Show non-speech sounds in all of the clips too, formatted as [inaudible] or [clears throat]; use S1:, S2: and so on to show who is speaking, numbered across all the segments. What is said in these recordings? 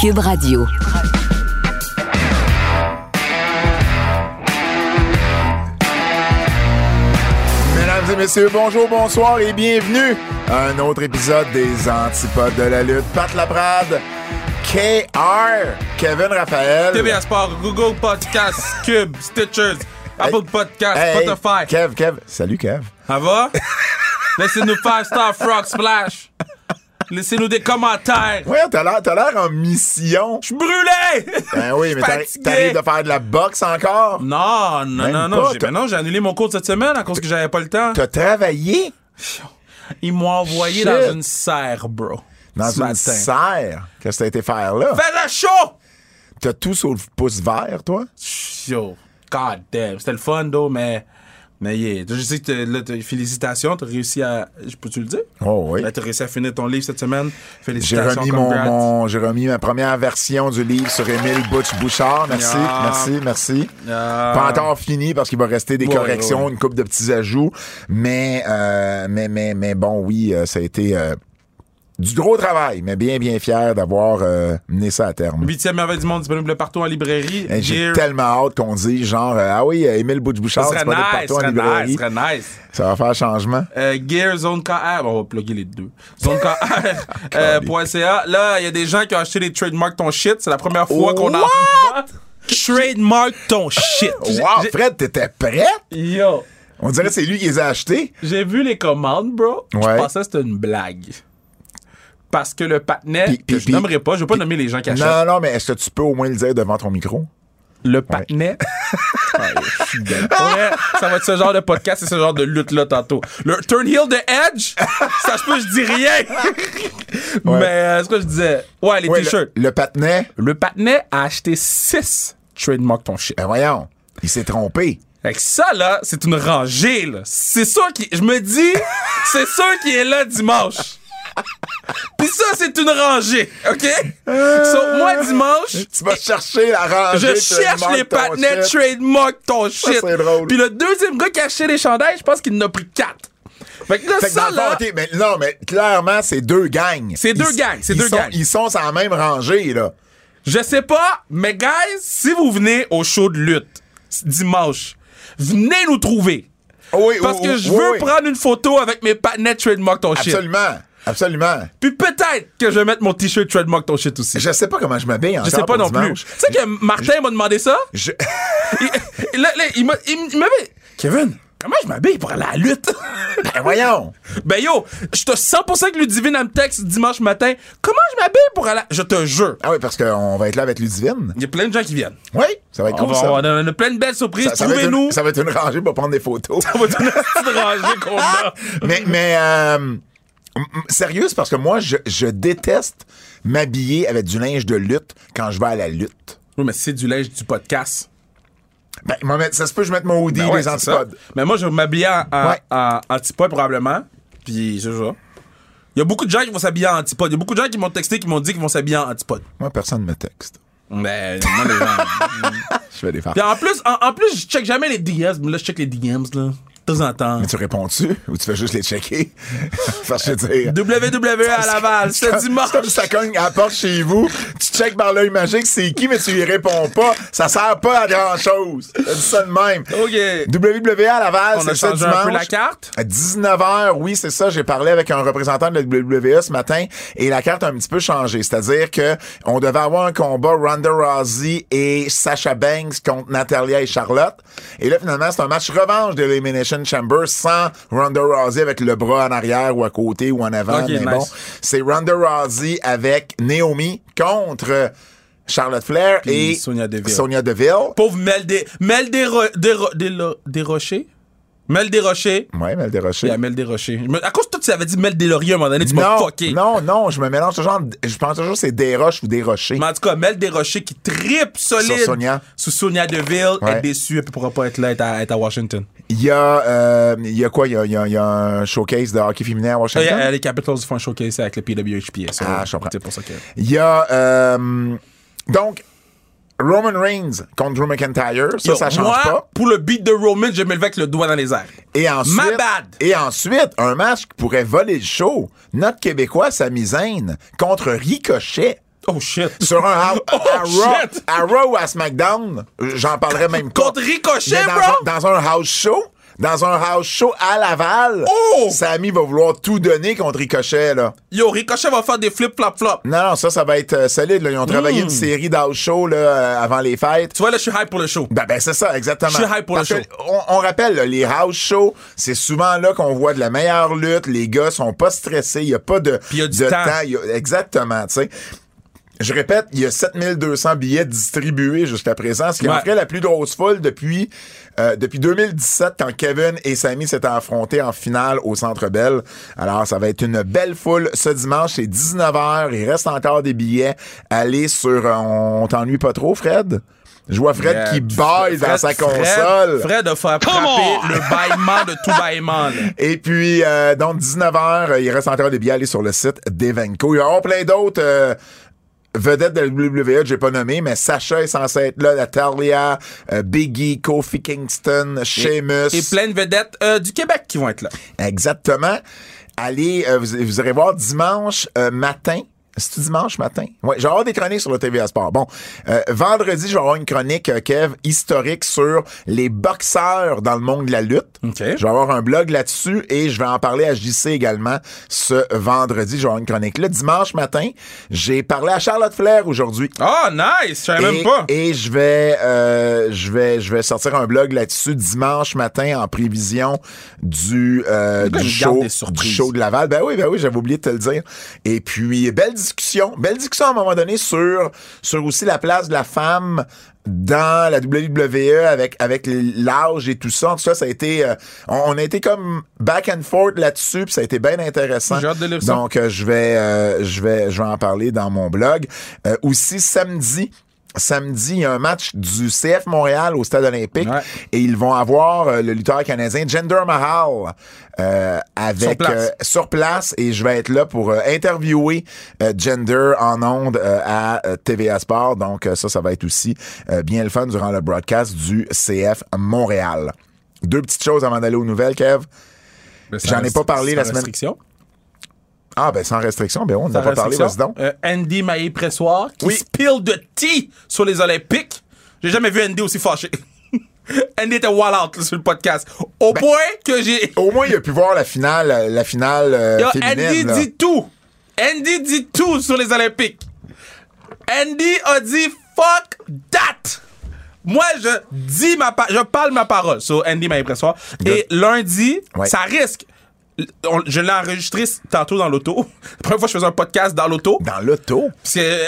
S1: Cube Radio.
S2: Mesdames et messieurs, bonjour, bonsoir et bienvenue à un autre épisode des Antipodes de la lutte. Pat Laprade, KR, Kevin Raphaël.
S3: TVA Sport, Google Podcasts, Cube, Stitchers, Apple Podcasts,
S2: Hey,
S3: Spotify.
S2: Kev, Kev. Salut, Kev.
S3: Ça va? Laissez-nous 5 star Frog Splash. Laissez-nous des commentaires.
S2: Ouais, t'as l'air, t'as l'air en mission.
S3: Je suis brûlé!
S2: Ben oui, mais t'arri-
S3: Fatigué.
S2: t'arrives de faire de la boxe encore.
S3: Non, non,
S2: Même
S3: non,
S2: pas,
S3: non. J'ai,
S2: t'as-
S3: ben non, j'ai annulé mon cours de cette semaine à cause que j'avais pas le temps.
S2: T'as travaillé
S3: Ils m'ont envoyé
S2: Shit.
S3: dans une serre, bro.
S2: dans
S3: ce
S2: une
S3: matin.
S2: serre. Qu'est-ce que t'as été faire là?
S3: Faisait chaud!
S2: T'as tout sur le pouce vert, toi?
S3: Yo, god damn. C'était le fun, though, mais. Mais yeah. Je sais que t'es- là, t'as- félicitations, t'as réussi à. Je peux-tu le dire?
S2: Oh oui.
S3: Là, Ben, t'as réussi à finir ton livre cette semaine.
S2: J'ai
S3: Félicitations,
S2: remis, mon,
S3: congrats.
S2: mon- j'ai remis ma première version du livre sur Émile Butch Bouchard. Merci,
S3: Yeah.
S2: merci, merci.
S3: Yeah.
S2: Pas encore fini parce qu'il va rester des
S3: Ouais,
S2: corrections,
S3: ouais, ouais.
S2: une coupe de petits ajouts. Mais, euh, mais, mais, mais bon, oui, euh, ça a été euh, du gros travail, mais bien, bien fier d'avoir euh, mené ça à terme.
S3: Huitième merveille du monde disponible partout en librairie.
S2: Hey, Eh, J'ai
S3: Year.
S2: tellement hâte qu'on dise genre euh, ah oui euh, Émile Butch
S3: Ça
S2: Bouchard
S3: serait
S2: disponible
S3: nice,
S2: partout en
S3: serait
S2: librairie
S3: nice, serait nice.
S2: ça va faire changement
S3: Euh, Gear Zone KR, bon, on va plugger les deux. Zone
S2: [laughs]
S3: KR, euh, point .ca. Là, il y a des gens qui ont acheté les trademarks ton shit. C'est la première fois qu'on en Trademark ton shit.
S2: wow Fred t'étais prêt
S3: Yo,
S2: on dirait que c'est lui qui les a achetés
S3: j'ai vu les commandes, bro. Je
S2: Ouais.
S3: pensais que c'était une blague. Parce que le patinet,
S2: Puis-
S3: que
S2: puis-
S3: je
S2: puis-
S3: nommerai pas, je vais pas nommer les gens qui achètent.
S2: non non mais est-ce que tu peux au moins le dire devant ton micro
S3: Le patinet. Ah, je suis dingue. Pour vrai, ça va être ce genre de podcast et ce genre de lutte-là tantôt. Le Turnhill de Edge, ça se peut, je dis rien. Mais euh, c'est quoi je disais? Ouais, les
S2: Ouais,
S3: t-shirts.
S2: le, le patinet
S3: Le, patinet a acheté 6 trademark ton shit.
S2: ben voyons il s'est trompé
S3: Fait que ça, là, c'est une rangée, là. C'est sûr qui. Je me dis, c'est sûr qui est là dimanche. Puis ça, c'est une rangée, OK? So, moi, dimanche,
S2: tu vas chercher la rangée
S3: Euh, Je
S2: tu
S3: cherche
S2: demandes
S3: les
S2: ton
S3: patinets
S2: shit.
S3: trademark ton shit.
S2: c'est drôle.
S3: Puis le deuxième gars qui a acheté les chandails, je pense qu'il en a pris quatre. Fait [laughs] que là,
S2: Fait que dans
S3: ça
S2: le fond,
S3: là.
S2: ok, mais non, mais clairement, c'est deux gangs.
S3: C'est deux
S2: Ils-
S3: gangs, c'est
S2: ils
S3: deux
S2: sont-
S3: gangs.
S2: Ils sont sur la même rangée, là.
S3: Je sais pas, mais guys, si vous venez au show de lutte c- dimanche, venez nous trouver.
S2: Oh oui,
S3: Parce
S2: oh,
S3: que
S2: oh,
S3: je
S2: oh,
S3: veux
S2: oui.
S3: prendre une photo avec mes patinets trademark ton shit.
S2: Absolument. Absolument.
S3: Puis peut-être que je vais mettre mon t-shirt trademark ton shit aussi. Je,
S2: Je sais pas comment je m'habille encore.
S3: sais pas
S2: pour
S3: non
S2: dimanche.
S3: plus. Tu sais que Martin m'a demandé ça?
S2: Je-
S3: il, il- là, là, il m'a- il m- il m'avait. [laughs] Kevin, comment je m'habille pour aller à
S2: [laughs]
S3: la lutte?
S2: Ben voyons.
S3: Ben yo, je te 100% que Ludivine elle me texte dimanche matin. Comment je m'habille pour aller? Je te jure.
S2: Ah oui, parce qu'on va être là avec Ludivine.
S3: Il y a plein de gens qui viennent.
S2: Oui, ça va être
S3: On,
S2: cool,
S3: va,
S2: ça.
S3: Ah, on a- on a plein de belles surprises.
S2: Ça, ça va être
S3: Trouvez-nous.
S2: une, ça va être une rangée pour prendre des photos.
S3: On va donner une petite rangée qu'on a.
S2: [laughs] mais mais euh, m- m- sérieux, c'est parce que moi, je, je déteste m'habiller avec du linge de lutte quand je vais à la lutte.
S3: [laughs] Oui, mais c'est du linge du podcast.
S2: Ben, moi, mais ça se peut que je mette mon hoodie,
S3: Ben ouais,
S2: les
S3: c'est ça.
S2: antipodes.
S3: Mais moi, je vais m'habiller en, en,
S2: Ouais.
S3: en antipode probablement. Puis c'est ça. Il y a beaucoup de gens qui vont s'habiller en antipode. Il y a beaucoup de gens qui m'ont texté, qui m'ont dit qu'ils vont s'habiller en antipode.
S2: Moi, personne ne me texte.
S3: Mais moi, Ben, les gens.
S2: Je vais les faire.
S3: [laughs] Puis en plus, en, en plus, je check jamais les DMs. Mais là, je check les DMs, là. De temps en temps.
S2: Mais tu réponds-tu ou tu fais juste les
S3: [laughs]
S2: checker? Parce que je veux dire.
S3: WWE E à Laval,
S2: Comme-
S3: c'est dimanche.
S2: c'est comme si ça cogne à la porte chez vous, tu checkes par l'œil magique c'est qui, mais tu y réponds pas. Ça sert pas à grand chose. Je dis ça de même.
S3: OK.
S2: WWE à Laval,
S3: On a
S2: c'est ça
S3: changé un peu
S2: dimanche.
S3: la carte.
S2: À 19h, oui, c'est ça. J'ai parlé avec un représentant de la WWE ce matin et la carte a un petit peu changé. C'est-à-dire que on devait avoir un combat Ronda Rousey et Sasha Banks contre Natalia et Charlotte. Et là, finalement, c'est un match revanche de l'Elimination Chamber sans Ronda Rousey avec le bras en arrière ou à côté ou en avant.
S3: Ok,
S2: mais
S3: nice.
S2: bon, c'est Ronda Rousey avec Naomi contre Charlotte Flair et
S3: Sonia Deville.
S2: Sonia Deville.
S3: Pauvre Mel des Mel des, Ro- des, Ro- des Lo- des Rochers. Mel Desrochers.
S2: Ouais, Mel Desrochers.
S3: Il y a Mel Desrochers. Je me- À cause de toi, tu avais dit Mel Deslauriers à un moment donné, tu
S2: non,
S3: m'as fucké.
S2: non, non, je me mélange toujours. entre- Je pense toujours que c'est des roches ou des rochers.
S3: Mais en tout cas, Mel Desrochers qui tripe solide
S2: Sur Sonia.
S3: sous Sonia Deville,
S2: Ouais.
S3: être déçue, elle pourra pas être là, être à, être à Washington.
S2: Il y a, euh, il y a quoi? Il y a, il y a- il y a un showcase de hockey féminin à
S3: Euh,
S2: Washington?
S3: euh, les Capitals font un showcase avec le PWHPA. ça,
S2: Ah, je comprends.
S3: C'est pour ça que.
S2: Il y a, euh, donc, Roman Reigns contre Drew McIntyre. Ça,
S3: Yo,
S2: ça change
S3: moi,
S2: pas.
S3: Pour le beat de Roman, je me levais avec le doigt dans les airs.
S2: Et ensuite,
S3: My bad.
S2: et ensuite, un match qui pourrait voler le show. Notre Québécois, Sami Zayn, contre Ricochet.
S3: Oh shit.
S2: Sur un à,
S3: [laughs] Oh,
S2: à Raw,
S3: shit.
S2: à Raw ou à SmackDown, j'en parlerai même pas.
S3: Contre Ricochet,
S2: Mais dans,
S3: bro?
S2: un- dans un house show, dans un house show à Laval,
S3: Oh!
S2: Sami va vouloir tout donner contre Ricochet, là.
S3: Yo, Ricochet va faire des flip-flop-flop.
S2: Non, non, ça, ça va être euh, solide. Là. Ils ont travaillé
S3: Hmm.
S2: une série d'house show là, euh, avant les fêtes.
S3: Tu vois, là, je suis hype pour le show.
S2: Ben, ben, c'est ça, exactement.
S3: Je suis hype pour le
S2: Parce
S3: show.
S2: que On, on rappelle, là, les house shows, c'est souvent là qu'on voit de la meilleure lutte. Les gars sont pas stressés. Il y a pas de,
S3: il y a du
S2: de
S3: temps.
S2: Il y a- exactement, tu sais. Je répète, il y a 7200 billets distribués jusqu'à présent, ce qui en
S3: Ouais.
S2: ferait la plus grosse foule depuis, euh, depuis 2017 quand Kevin et Sami s'étaient affrontés en finale au Centre Bell. Alors, ça va être une belle foule ce dimanche. C'est 19h. Il reste encore des billets. Allez sur... euh, on t'ennuie pas trop, Fred? Je vois Fred
S3: Yeah,
S2: qui
S3: tu-
S2: baille dans
S3: Fred-
S2: sa
S3: Fred-
S2: console.
S3: Fred a fait
S4: on!
S3: attraper le bâillement de tout bâillement. là.
S2: Et puis, euh, donc, 19h, euh, il reste encore des billets à aller sur le site d'Evenco. Il y aura plein d'autres euh, vedettes de la WWE que j'ai pas nommées, mais Sacha est censé être là, Natalia, euh, Biggie, Kofi Kingston, Sheamus.
S3: Et plein de vedettes euh, du Québec qui vont être là.
S2: Exactement. Allez, euh, vous, vous irez voir dimanche euh, matin. C'est dimanche matin. Ouais, je vais avoir des chroniques sur le TVA Sport. Bon, euh, vendredi, je vais avoir une chronique euh, Kev historique sur les boxeurs dans le monde de la lutte.
S3: OK.
S2: Je vais avoir un blog là-dessus et je vais en parler à JC également ce vendredi. Je vais avoir une chronique. Le dimanche matin, j'ai parlé à Charlotte Flair aujourd'hui.
S3: Oh, nice! Je savais même
S2: Et-
S3: pas.
S2: Et je vais, euh, je vais, je vais sortir un blog là-dessus dimanche matin en prévision du, euh,
S3: gars,
S2: du
S3: il garde
S2: show,
S3: des surprises.
S2: du show de Laval. Ben oui, ben oui, j'avais oublié de te le dire. Et puis belle discussion, belle discussion à un moment donné sur sur aussi la place de la femme dans la WWE avec avec l'âge et tout ça. En tout cas, ça a été, euh, on, on a été comme back and forth là-dessus, puis ça a été bien intéressant.
S3: J'ai hâte de lire ça.
S2: Donc, donc, euh, je vais, euh, je vais, je vais en parler dans mon blog. Euh, aussi, samedi, samedi, il y a un match du CF Montréal au Stade Olympique
S3: Ouais.
S2: et ils vont avoir euh, le lutteur canadien Jinder Mahal euh, avec
S3: Sur place.
S2: euh, sur place et je vais être là pour euh, interviewer euh, Gender en ondes euh, à euh, TVA Sport. Donc euh, ça, ça va être aussi euh, bien le fun durant le broadcast du CF Montréal. Deux petites choses avant d'aller aux nouvelles, Kev. j'en ai pas parlé la semaine-
S3: Restriction.
S2: Ah ben sans restriction, ben on n'a
S3: Sans
S2: pas parlé, vas-y
S3: restriction.
S2: donc.
S3: Euh, Andy Maillé-Pressoir qui
S2: Oui.
S3: spill de tea sur les Olympiques. J'ai jamais vu Andy aussi fâché. [laughs] Andy était wall out là, sur le podcast.
S2: Ben-
S3: Au point que j'ai.
S2: Au moins, il a pu voir la finale, euh, la finale euh,
S3: Yo,
S2: féminine.
S3: Andy
S2: là.
S3: dit tout. Andy dit tout sur les Olympiques. Andy a dit fuck that. Moi, je dis ma pa- je parle ma parole sur Andy Maïpressoir. Et lundi,
S2: Ouais.
S3: ça risque. L- on- je l'ai enregistré s- tantôt dans l'auto. La première fois que je faisais un podcast dans l'auto.
S2: Dans l'auto.
S3: Parce que euh,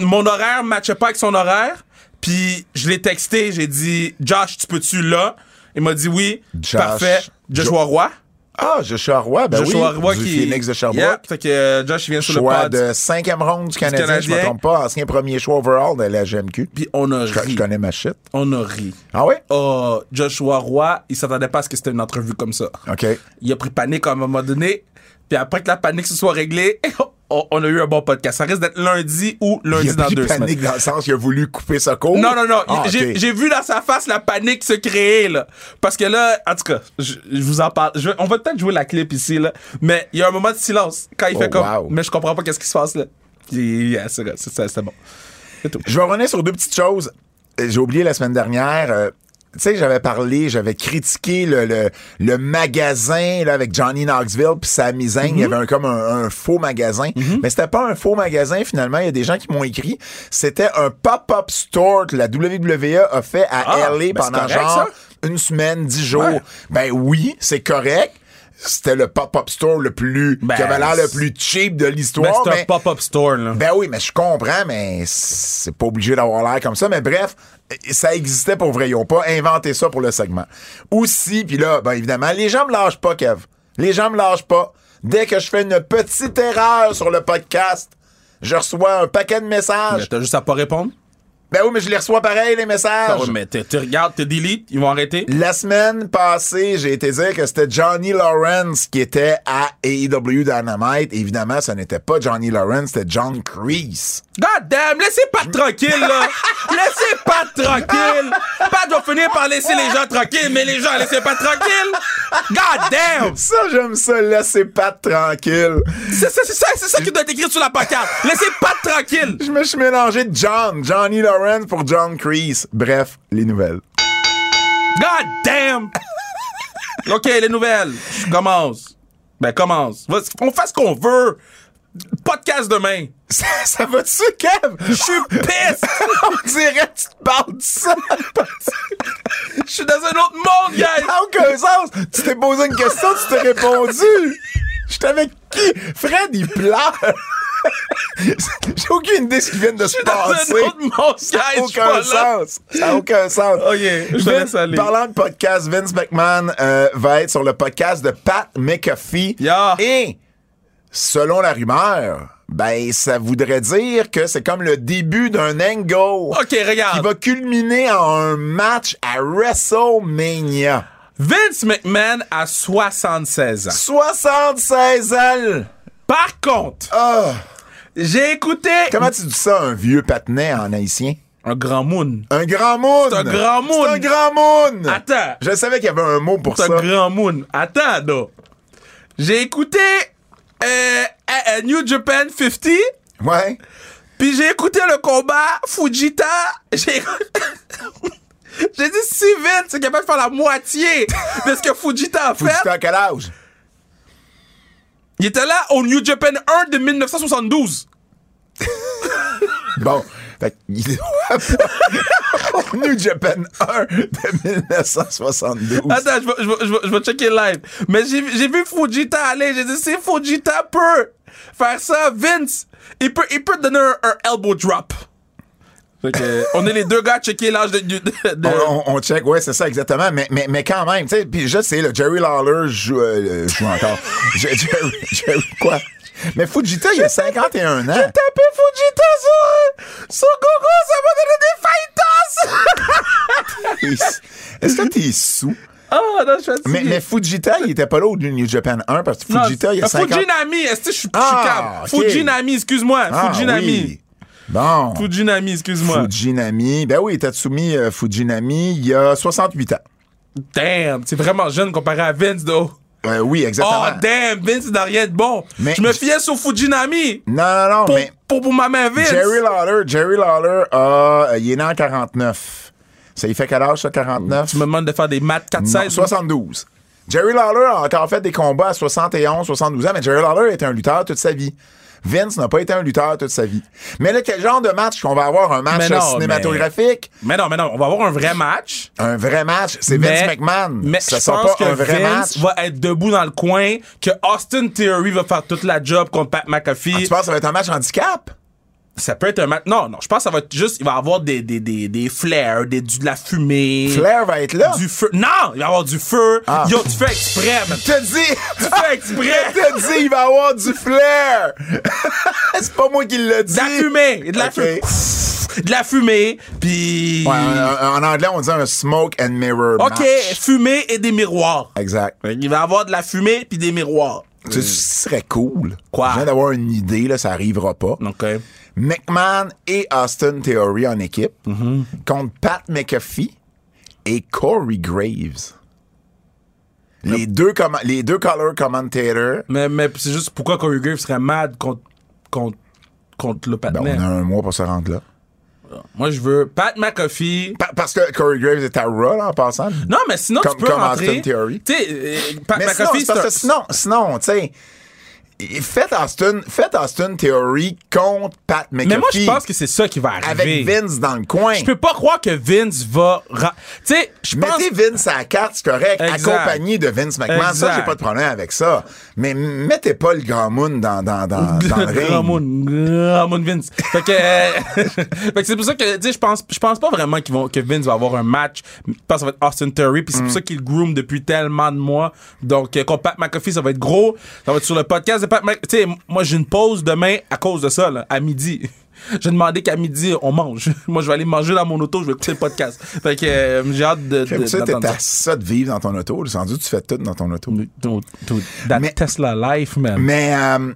S3: mon horaire ne matchait pas avec son horaire. Puis je l'ai texté, j'ai dit Josh, tu peux-tu là? Il m'a dit oui.
S2: Josh.
S3: Parfait. Joshua Roy.
S2: Ah, Joshua Roy, ben
S3: Joshua
S2: oui.
S3: Roy
S2: du
S3: qui.
S2: Phoenix de Sherbrooke.
S3: Yeah, fait que euh, Josh il vient sur le
S2: Choix
S3: pod.
S2: de cinquième ronde du Canadien, je me
S3: Canadien.
S2: trompe pas. Ancien premier choix overall de la GMQ.
S3: Puis on a
S2: Je,
S3: ri.
S2: je connais ma shit.
S3: On a ri.
S2: Ah ouais?
S3: Oh, Joshua Roy, il s'attendait pas à ce que c'était une entrevue comme ça.
S2: OK.
S3: Il a pris panique à un moment donné. Puis après que la panique se soit réglée, [laughs] on on a eu un bon podcast. Ça risque d'être lundi ou lundi
S2: Il a
S3: dans
S2: pris
S3: deux semaines.
S2: panique dans le sens qu'il a voulu couper sa court.
S3: Non, non, non.
S2: Ah,
S3: Il- J'ai
S2: OK.
S3: j'ai vu dans sa face la panique se créer, là. Parce que là, en tout cas, je, je vous en parle. Je- on va peut-être jouer la clip ici, là. Mais il y a un moment de silence quand il
S2: Oh,
S3: fait comme.
S2: wow.
S3: Mais je comprends pas qu'est-ce qui se passe, là. Puis, yeah, c'est c'est- c'est- c'est bon. C'est tout.
S2: Je vais revenir sur deux petites choses. Euh, J'ai oublié la semaine dernière. euh, tu sais, j'avais parlé, j'avais critiqué le, le, le magasin là, avec Johnny Knoxville puis sa misaine.
S3: Mhm.
S2: Il y avait un- comme un, un faux magasin. Mais c'était pas un faux magasin, finalement. Il y a des gens qui m'ont écrit. C'était un pop-up store que la WWE a fait à
S3: Ah,
S2: LA
S3: ben c'est
S2: pendant
S3: correct,
S2: genre
S3: ça.
S2: une semaine, dix jours.
S3: Ouais.
S2: Ben oui, c'est correct. c'était le pop-up store le plus,
S3: Ben,
S2: qui avait l'air le
S3: c'est-
S2: plus cheap de
S3: Ben,
S2: l'histoire.
S3: c'est un
S2: mais-
S3: pop-up store, là.
S2: ben oui, mais je comprends, mais c'est pas obligé d'avoir l'air comme ça. Mais bref, ça existait pour vrai. Ils ont pas inventé ça pour le segment. Aussi, puis là, ben évidemment, les gens me lâchent pas, Kev. Les gens me lâchent pas. Dès que je fais une petite erreur sur le podcast, je reçois un paquet de
S3: Mais
S2: messages.
S3: T'as juste à pas répondre.
S2: Ben oui, mais je les reçois pareil, les messages.
S3: Ah ouais, mais t'es- tu regardes, tu delete, ils vont arrêter.
S2: La semaine passée, j'ai été dire que c'était Johnny Lawrence qui était à AEW Dynamite. Évidemment, ce n'était pas Johnny Lawrence, c'était John Kreese.
S3: God damn, laissez pas tranquille,
S2: [laughs]
S3: là. laissez pas tranquille. Pat va finir par laisser les gens tranquilles, mais les gens, laissez pas tranquille. God damn.
S2: Ça, j'aime ça, laissez pas tranquille.
S3: C'est ça, c'est ça, c'est ça qui doit être écrit sur la pancarte. Laissez pas tranquille.
S2: Je me suis mélangé de John, Johnny Lawrence pour John Kreese. Bref, les nouvelles. [laughs]
S3: God damn. OK, les nouvelles. Je Commence. Ben, commence. Vas- On fait ce qu'on veut. Podcast demain.
S2: Ça, ça va-tu, Kev? Je suis
S3: Pisse.
S2: [laughs] On dirait que tu te parles de ça.
S3: Je suis dans un autre monde, guys.
S2: Ça n'a aucun sens. Tu t'es posé une question, tu t'es répondu. J'étais avec qui? Fred, il pleure. [laughs] J'ai aucune idée de ce qui vient de se
S3: Dans un
S2: passer.
S3: autre monde, guys. Je suis pas
S2: aucun
S3: là.
S2: sens. Ça n'a aucun sens.
S3: [laughs] Ok, je te laisse aller.
S2: Parlant de podcast, Vince McMahon euh, va être sur le podcast de Pat McAfee.
S3: Yeah.
S2: Et selon la rumeur, ben ça voudrait dire que c'est comme le début d'un angle
S3: OK,
S2: qui
S3: regarde.
S2: va culminer en un match à WrestleMania.
S3: Vince McMahon a 76 ans.
S2: 76 ans!
S3: Par contre,
S2: Ah!
S3: j'ai écouté
S2: Comment tu dis ça, un vieux patinet en haïtien?
S3: un grand moon.
S2: Un grand moon!
S3: C'est un grand moon.
S2: C'est un grand moon!
S3: Attends.
S2: Je savais qu'il y avait un mot pour
S3: C'est
S2: ça.
S3: un grand moon. Attends, là. J'ai écouté euh, à- à New Japan 50,
S2: Ouais.
S3: puis j'ai écouté le combat Fujita. J'ai [laughs] J'ai dit si Vince est capable de faire la moitié de ce que Fujita a fait.
S2: Fujita à quel âge?
S3: Il était là au New Japan 1 de 1972.
S2: Bon. Fait qu'il est hein? [laughs] au New Japan 1 de 1972.
S3: Attends, je vais, je, vais, je, vais, je vais checker live. Mais j'ai j'ai vu Fujita aller. J'ai dit, si Fujita peut faire ça, Vince, il peut, il peut donner un, un elbow drop. Fait que, on est les deux gars à checker l'âge de... de, de-
S2: On, on- on check, ouais, c'est ça, exactement. Mais, mais, mais quand même, tu sais, puis je sais, le Jerry Lawler joue, euh, euh, joue encore. [laughs] Je- Jerry, Jerry, quoi? Mais Fujita, il a 51 ans.
S3: Taper Fujita sur, sur Gogo, ça va donner des fightas!
S2: [laughs] Est-ce que t'es sous?
S3: oh, non, je suis fatigué.
S2: Mais, mais Fujita, il était pas là au New Japan 1 parce que
S3: Non,
S2: Fujita, il a
S3: euh,
S2: 50...
S3: Fujinami, est-ce que je suis je suis
S2: Ah,
S3: câble?
S2: ok.
S3: Fujinami, excuse-moi.
S2: Ah,
S3: Fujinami.
S2: oui. Bon.
S3: Fujinami, excuse-moi.
S2: Fujinami. Ben oui, Tatsumi euh, Fujinami, il a 68 ans.
S3: Damn, c'est vraiment jeune comparé à Vince, though.
S2: Euh, oui, exactement.
S3: Oh, damn, Vince n'a rien de bon.
S2: Mais-
S3: je me fiais sur Fujinami
S2: non, non, non,
S3: pour,
S2: mais
S3: pour, pour ma main Vince.
S2: Jerry Lawler, Jerry Lawler, a- euh, il est né en 49. Ça, il fait quel âge, ça, 49?
S3: Tu me demandes de faire des maths 4
S2: Non,
S3: 16
S2: 72. Jerry Lawler a encore fait des combats à 71, 72 ans, mais Jerry Lawler était un lutteur toute sa vie. Vince n'a pas été un lutteur toute sa vie. Mais là, quel genre de match qu'on va avoir? Un match
S3: Mais non,
S2: euh, cinématographique?
S3: Mais non, mais non, on va avoir un vrai match.
S2: Un vrai match? C'est Vince
S3: mais,
S2: McMahon.
S3: Mais
S2: ça
S3: je
S2: sera
S3: pense
S2: pas
S3: que
S2: un vrai
S3: Vince
S2: match.
S3: va être debout dans le coin, que Austin Theory va faire toute la job contre Pat McAfee.
S2: Ah, Tu penses que ça va être un match handicap?
S3: Ça peut être un match. Non, non, je pense que ça va être juste. Il va avoir des, des, des, des flares, des, du, de la fumée.
S2: Flair va être là.
S3: Du feu. Non, il va y avoir du feu.
S2: Ah.
S3: Yo, tu fais exprès, man.
S2: Je te
S3: [laughs]
S2: dis!
S3: Tu fais exprès.
S2: [laughs] Je te dis, il va avoir du flair! [laughs] C'est pas moi qui le dis!
S3: De la fumée, et de la
S2: Ok.
S3: fumée. De la fumée, puis
S2: Ouais, en, en anglais, on dit un smoke and mirror
S3: OK,
S2: match.
S3: fumée et des miroirs.
S2: Exact.
S3: Il va y avoir de la fumée puis des miroirs.
S2: Tu sais, ce serait cool.
S3: Quoi?
S2: Je viens d'avoir une idée, là, ça arrivera pas.
S3: OK.
S2: McMahon et Austin Theory en équipe
S3: Mm-hmm.
S2: contre Pat McAfee et Corey Graves. Les, deux commen- les deux color commentators.
S3: Mais, mais c'est juste pourquoi Corey Graves serait mad contre contre contre le
S2: Ben,
S3: Patman.
S2: on a un mois pour se rendre là.
S3: Moi je veux Pat McAfee.
S2: Pa- parce que Corey Graves est à Raw, là, en passant.
S3: Non, mais sinon
S2: Comme-
S3: tu peux
S2: comme
S3: rentrer.
S2: Austin Theory.
S3: Tu sais, euh, Pat
S2: Mais sinon,
S3: McAfee
S2: c'est parce que
S3: c'est un-
S2: sinon, sinon, tu sais, faites Austin, faites Austin Theory contre Pat McAfee.
S3: Mais moi, je pense que c'est ça qui va arriver.
S2: avec Vince dans le coin.
S3: Je peux pas croire que Vince va. ra- Tu sais, je pense.
S2: Mettez Vince à la carte, c'est correct,
S3: Exact.
S2: accompagné de Vince McMahon. Ça,
S3: Exact.
S2: j'ai pas de problème avec ça. Mais mettez pas le grand moon dans, dans,
S3: [laughs]
S2: dans, Ah, dans le ring.
S3: Grand Moon, Grand Moon Vince. Fait que, euh, [laughs] fait que c'est pour ça que, tu sais, je pense, je pense pas vraiment qu'ils vont, que Vince va avoir un match. Je pense que ça va être Austin Theory, puis c'est
S2: Mm.
S3: pour ça qu'il groom depuis tellement de mois. Donc, euh, contre Pat McAfee, ça va être gros. Ça va être sur le podcast de Pat McAfee. Tu sais, moi, j'ai une pause demain à cause de ça, là, à midi. [laughs] J'ai demandé qu'à midi, on mange. [laughs] Moi, je vais aller manger dans mon auto, je vais écouter le podcast. Fait que, euh, j'ai hâte de.
S2: Comme
S3: de-
S2: ça, t'es
S3: d'entendre
S2: à ça de vivre dans ton auto. Le sens tu fais tout dans ton auto.
S3: Dude, dude, that
S2: Mais-
S3: Tesla life, man.
S2: Mais euh,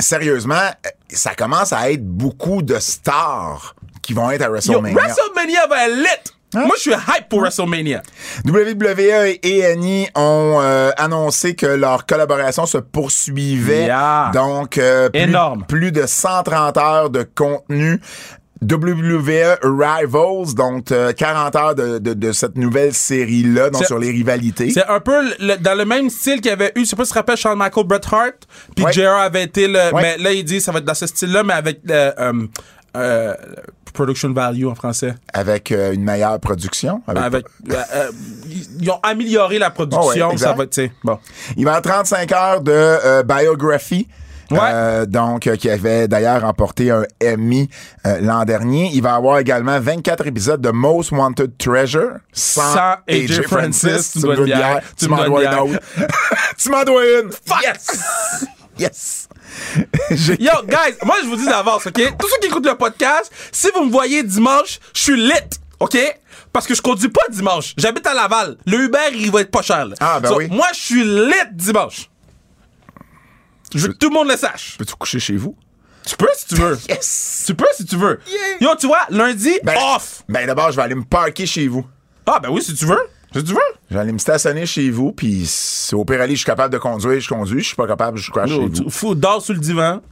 S2: sérieusement, euh, ça commence à être beaucoup de stars qui vont être à
S3: Yo,
S2: WrestleMania. Hein?
S3: WrestleMania va être lit! Moi, je suis hype pour WrestleMania.
S2: WWE E et Annie ont euh, annoncé que leur collaboration se poursuivait.
S3: Yeah.
S2: Donc, euh, plus,
S3: Énorme.
S2: plus de 130 heures de contenu. WWE Rivals, donc euh, 40 heures de, de- de cette nouvelle série-là, donc
S3: C'est-
S2: sur les rivalités.
S3: C'est un peu le- le- dans le même style qu'il y avait eu, je sais pas si tu te rappelles, Shawn Michael, Bret Hart, puis
S2: Ouais.
S3: JR avait été le...
S2: Ouais.
S3: Mais là, il dit ça va être dans ce style-là, mais avec euh, euh, euh, production value en français.
S2: Avec euh, une meilleure production. Avec-
S3: Avec, euh, euh, ils ils ont amélioré la production,
S2: Oh ouais, exact.
S3: ça va, tu sais, bon.
S2: Il va avoir 35 heures de euh, biographie.
S3: Ouais.
S2: Euh, donc, euh, qui avait d'ailleurs remporté un Emmy euh, l'an dernier. Il va avoir également 24 épisodes de Most Wanted Treasure sans,
S3: Sans AJ Francis.
S2: Tu me dois une bière. Tu m'en dois une autre. [laughs] tu m'en dois une. Fuck!
S3: Yes!
S2: [laughs] Yes! J'ai-
S3: Yo, guys, moi, je vous dis d'avance, OK? Tous ceux qui écoutent le podcast, si vous me voyez dimanche, je suis lit, OK? Parce que je conduis pas dimanche. J'habite à Laval. Le Uber, il va être pas cher, là.
S2: Ah, ben oui.
S3: Moi, je suis lit dimanche. Je veux que tout le monde le sache.
S2: Peux-tu coucher chez vous?
S3: Tu peux si tu veux.
S2: [laughs] Yes!
S3: Tu peux si tu veux. Yo, tu vois, lundi,
S2: Ben,
S3: off.
S2: Ben d'abord, je vais aller me parquer chez vous.
S3: Ah, ben oui, si tu veux. Si tu veux.
S2: Je vais aller me stationner chez vous, puis si au pire aller, je suis capable de conduire, je conduis. Je suis pas capable, je crache Ah, chez
S3: Yo,
S2: vous.
S3: tu- fou, dors sur le divan.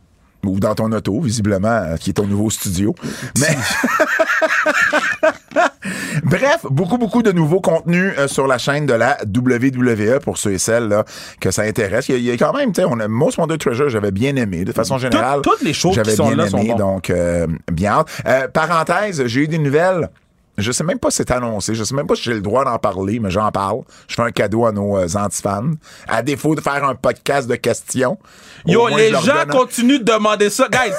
S2: ou dans ton auto, visiblement, euh, qui est ton nouveau studio. Mais [laughs] bref, beaucoup beaucoup de nouveaux contenus euh, sur la chaîne de la WWE pour ceux et celles là que ça intéresse. Il y a, il y a quand même, tu sais, on a Most Wanted Treasure, j'avais bien aimé. De façon générale,
S3: toutes les choses qui
S2: j'avais
S3: sont
S2: bien
S3: là
S2: aimé,
S3: sont bonnes.
S2: donc euh, bien. hâte. Euh, parenthèse, j'ai eu des nouvelles. Je sais même pas si c'est annoncé, je sais même pas si j'ai le droit d'en parler, mais j'en parle. Je fais un cadeau à nos euh, antifans. À défaut de faire un podcast de questions. au
S3: Yo,
S2: moins, je
S3: les
S2: leur
S3: gens
S2: donne un-
S3: continuent de demander ça. Guys,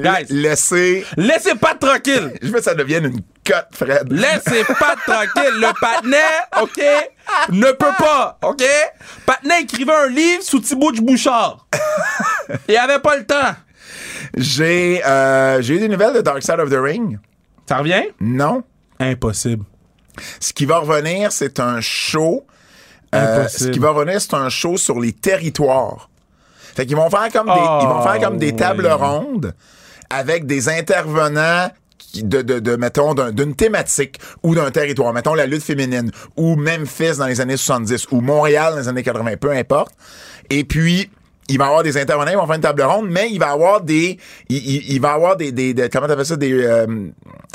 S2: [laughs]
S3: guys.
S2: Laissez
S3: Laissez pas tranquille.
S2: Je veux que ça devienne une cote, Fred.
S3: Laissez pas tranquille. Le patinet, OK, ne peut pas, OK? Patinet écrivait un livre sous Thibaut du Bouchard. Il avait pas le temps.
S2: J'ai euh, j'ai eu des nouvelles de Dark Side of the Ring.
S3: Ça revient?
S2: Non.
S3: Impossible.
S2: Ce qui va revenir, c'est un show. Euh,
S3: Impossible.
S2: ce qui va revenir, c'est un show sur les territoires. Fait qu'ils vont faire comme des,
S3: Oh,
S2: ils vont faire comme des tables
S3: oui.
S2: rondes avec des intervenants qui- de, de, de mettons d'un- d'une thématique ou d'un territoire, mettons la lutte féminine ou Memphis dans les années 70 ou Montréal dans les années 80, peu importe. Et puis il va y avoir des intervenants, ils vont faire une table ronde, mais il va y avoir des, il, il- il va y avoir des, des, des- comment t'appelles ça, des, euh,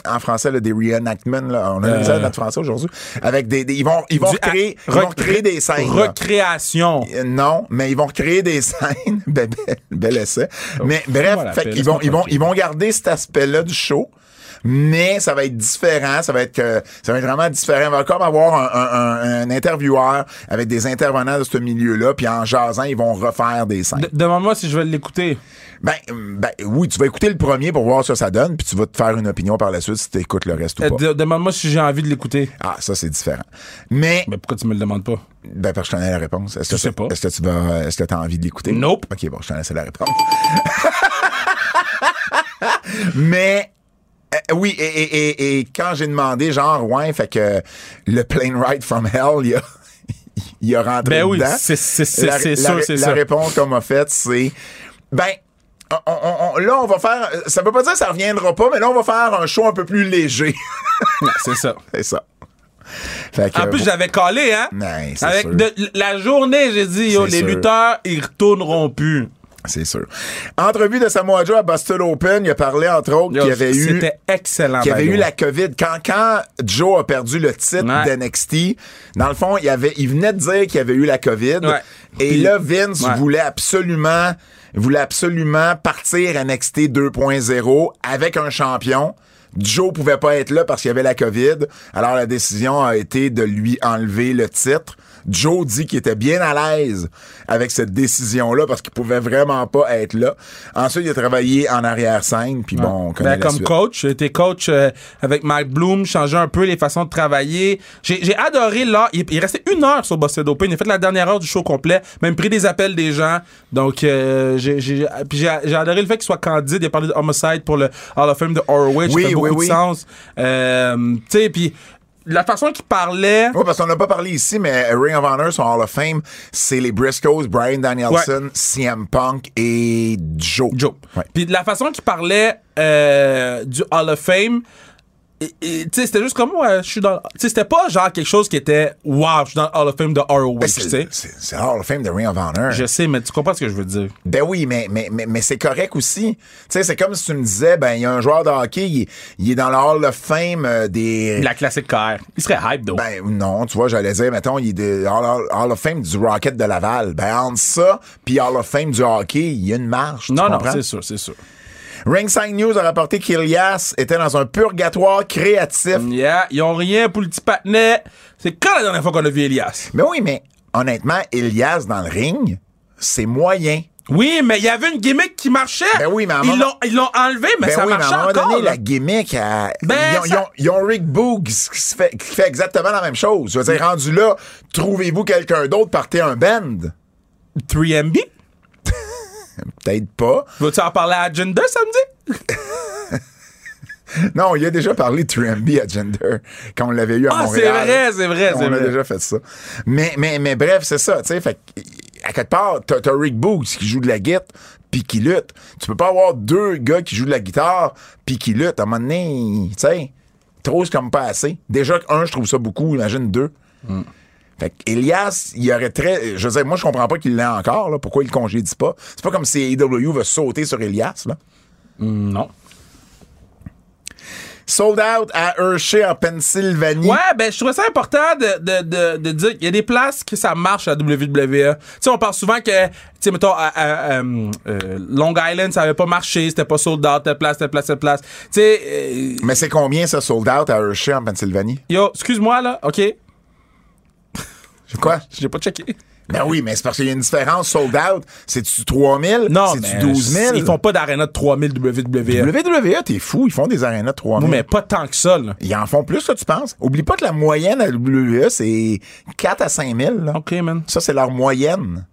S2: en français, là, des reenactments, là. on a mis ça dans notre français aujourd'hui, avec des, des- ils vont, ils vont
S3: Du-
S2: recréer,
S3: à-
S2: ils vont
S3: rec-
S2: recréer des scènes. là.
S3: Recréation.
S2: Euh, Non, mais ils vont créer des [laughs] scènes. bel, bel- bel essai. Mais bref,
S3: moi Oh, la
S2: fait
S3: paix,
S2: qu'ils vont,
S3: laisse-moi
S2: ils vont,
S3: tranquille.
S2: ils vont garder cet aspect-là du show. Mais ça va être différent, ça va être euh, ça va être vraiment différent. On va comme avoir un, un- un- un intervieweur avec des intervenants de ce milieu-là, puis en jasant, ils vont refaire des scènes.
S3: De- Demande-moi si je vais l'écouter.
S2: Ben, euh, ben oui, tu vas écouter le premier pour voir ce que ça donne, puis tu vas te faire une opinion par la suite si tu écoutes le reste
S3: Euh,
S2: ou pas.
S3: de- Demande-moi si j'ai envie de l'écouter.
S2: Ah, ça c'est différent. Mais
S3: Mais pourquoi tu me le demandes pas?
S2: ben parce que je t'en ai la réponse. Est-ce que
S3: Je sais pas.
S2: Est-ce que tu vas euh, est-ce que t'as envie de l'écouter?
S3: Nope.
S2: OK, bon, je t'en laisse la réponse. [laughs] Mais euh, oui, et, et- et- et quand j'ai demandé, genre, ouais, fait que le plane ride from hell, il a, [laughs] il a rentré
S3: Ben oui,
S2: dedans.
S3: c'est- c'est- c'est-
S2: La- la-
S3: c'est sûr, c'est
S2: La
S3: ça.
S2: réponse qu'on m'a faite, c'est, ben, on- on- on- là, on va faire, ça veut pas dire que ça reviendra pas, mais là, on va faire un show un peu plus léger. [laughs]
S3: Non, c'est [laughs] ça.
S2: c'est ça. Fait que,
S3: En plus, j'avais collé, hein?
S2: Ouais, c'est
S3: Avec
S2: sûr.
S3: de- la journée, j'ai dit, yo,
S2: C'est
S3: les
S2: sûr.
S3: lutteurs, ils retourneront plus.
S2: C'est sûr. Entrevue de Samoa Joe à Boston Open, il a parlé entre autres qu'il y avait eu
S3: C'était excellent.
S2: qu'il y avait
S3: by
S2: eu
S3: the way.
S2: la COVID. Quand, quand Joe a perdu le titre
S3: Ouais.
S2: d'NXT, dans le fond, il, avait, il venait de dire qu'il y avait eu la COVID.
S3: Ouais.
S2: Et
S3: Puis-
S2: là, Vince
S3: Ouais.
S2: voulait absolument voulait absolument partir NXT 2.0 avec un champion. Joe pouvait pas être là parce qu'il y avait la COVID. Alors la décision a été de lui enlever le titre. Joe dit qu'il était bien à l'aise avec cette décision-là parce qu'il pouvait vraiment pas être là. Ensuite, il a travaillé en arrière-scène, puis bon, on connaît
S3: Ben,
S2: la
S3: comme
S2: suite.
S3: coach, j'ai été coach euh, avec Mike Bloom, changer un peu les façons de travailler. J'ai j'ai adoré là. Il, il restait une heure sur Boston Open. Il a fait la dernière heure du show complet, même pris des appels des gens. Donc, euh, j'ai j'ai- puis j'ai- j'ai adoré le fait qu'il soit candide. Il a parlé de Homicide pour le Hall of Fame de Horowitz.
S2: Oui,
S3: ça fait
S2: oui,
S3: beaucoup
S2: oui.
S3: de sens. Euh, tu sais, puis la façon qu'il parlait.
S2: Oui, parce qu'on n'a pas parlé ici, mais Ring of Honor, son Hall of Fame, c'est les Briscoes, Brian Danielson, CM Punk et Joe.
S3: Joe.
S2: Ouais.
S3: Puis de la façon qu'il parlait euh, du Hall of Fame, et- et, tu sais, c'était juste comme ouais, je suis dans. Tu sais, c'était pas genre quelque chose qui était waouh, je suis dans le Hall of Fame de ROH,
S2: Mais
S3: tu
S2: C'est
S3: sais.
S2: c'est- c'est le Hall of Fame de Ring of Honor.
S3: Je sais, mais tu comprends ce que je veux dire.
S2: Ben oui, mais, mais, mais, mais c'est correct aussi. Tu sais, c'est comme si tu me disais, ben, il y a un joueur de hockey, il, est- il est dans le Hall of Fame euh, des...
S3: La classique KR. Il serait hype, though.
S2: Ben non, tu vois, j'allais dire, mettons, il est de Hall, Hall- Hall of Fame du Rocket de Laval. Ben entre ça, puis Hall of Fame du hockey, il y a une marge. tu
S3: non, non,
S2: comprends?
S3: c'est sûr, c'est sûr.
S2: Ringside News a rapporté qu'Ilias était dans un purgatoire créatif
S3: Yeah, ils ont rien pour le petit patinet. C'est quand la dernière fois qu'on a vu Elias?
S2: Mais oui, mais honnêtement, Elias dans le ring, c'est moyen.
S3: Oui, mais il y avait une gimmick qui marchait.
S2: Ben oui, mais à un
S3: ils
S2: moment-
S3: l'ont, ils l'ont enlevé, mais
S2: Ben
S3: ça
S2: oui, mais
S3: marchait
S2: à un moment
S3: encore.
S2: donné,
S3: là.
S2: la gimmick, elle-
S3: Ben,
S2: ils, ont,
S3: ça-
S2: ils ont- ils ont Rick Boogs qui, se fait, qui fait exactement la même chose. Je veux dire, rendu là, trouvez-vous quelqu'un d'autre, partez un band.
S3: 3MB?
S2: Peut-être pas.
S3: Veux-tu en parler à Gender samedi?
S2: Non, il a déjà parlé de 3MB à Gender quand on l'avait eu à
S3: Ah, c'est
S2: Montréal.
S3: vrai, c'est vrai, c'est
S2: On a
S3: vrai.
S2: déjà fait ça. Mais, mais, mais bref, c'est ça, tu sais. Fait que, à quelque part, t'as t'as Rick Boogs qui joue de la guitare puis qui lutte. Tu peux pas avoir deux gars qui jouent de la guitare puis qui luttent. À un moment donné, tu sais, trop c'est comme pas assez. Déjà, un, je trouve ça beaucoup. Imagine deux. Fait que Elias, il aurait très. Je veux dire, moi, je comprends pas qu'il l'ait encore, là. Pourquoi il le congédie pas? C'est pas comme si AEW va sauter sur Elias, là.
S3: Non.
S2: Sold out à Hershey en Pennsylvanie.
S3: Ouais, ben je trouvais ça important de, de, de, de dire qu'il y a des places que ça marche à WWE. Tu sais, on parle souvent que, tu sais, mettons, à- à- à, euh, euh, Long Island, ça avait pas marché, c'était pas sold out, telle place, telle place, telle place. Tu sais, euh,
S2: Mais c'est combien ça sold out à Hershey en Pennsylvanie?
S3: yo, excuse-moi là, ok,
S2: Quoi?
S3: j'ai pas checké.
S2: Ben oui, mais c'est parce qu'il y a une différence. Sold out, c'est-tu 3000?
S3: Non,
S2: C'est-tu
S3: mais
S2: 12 000?
S3: Ils font pas d'aréna de 3000
S2: E.
S3: WWE.
S2: WWE, t'es fou, ils font des arénas de 3000.
S3: Non, E. mais pas tant que ça, là.
S2: Ils en font plus, là, tu penses? Oublie pas que la moyenne à WWE, c'est 4 à 5 000. là.
S3: Ok, man.
S2: Ça, c'est leur moyenne.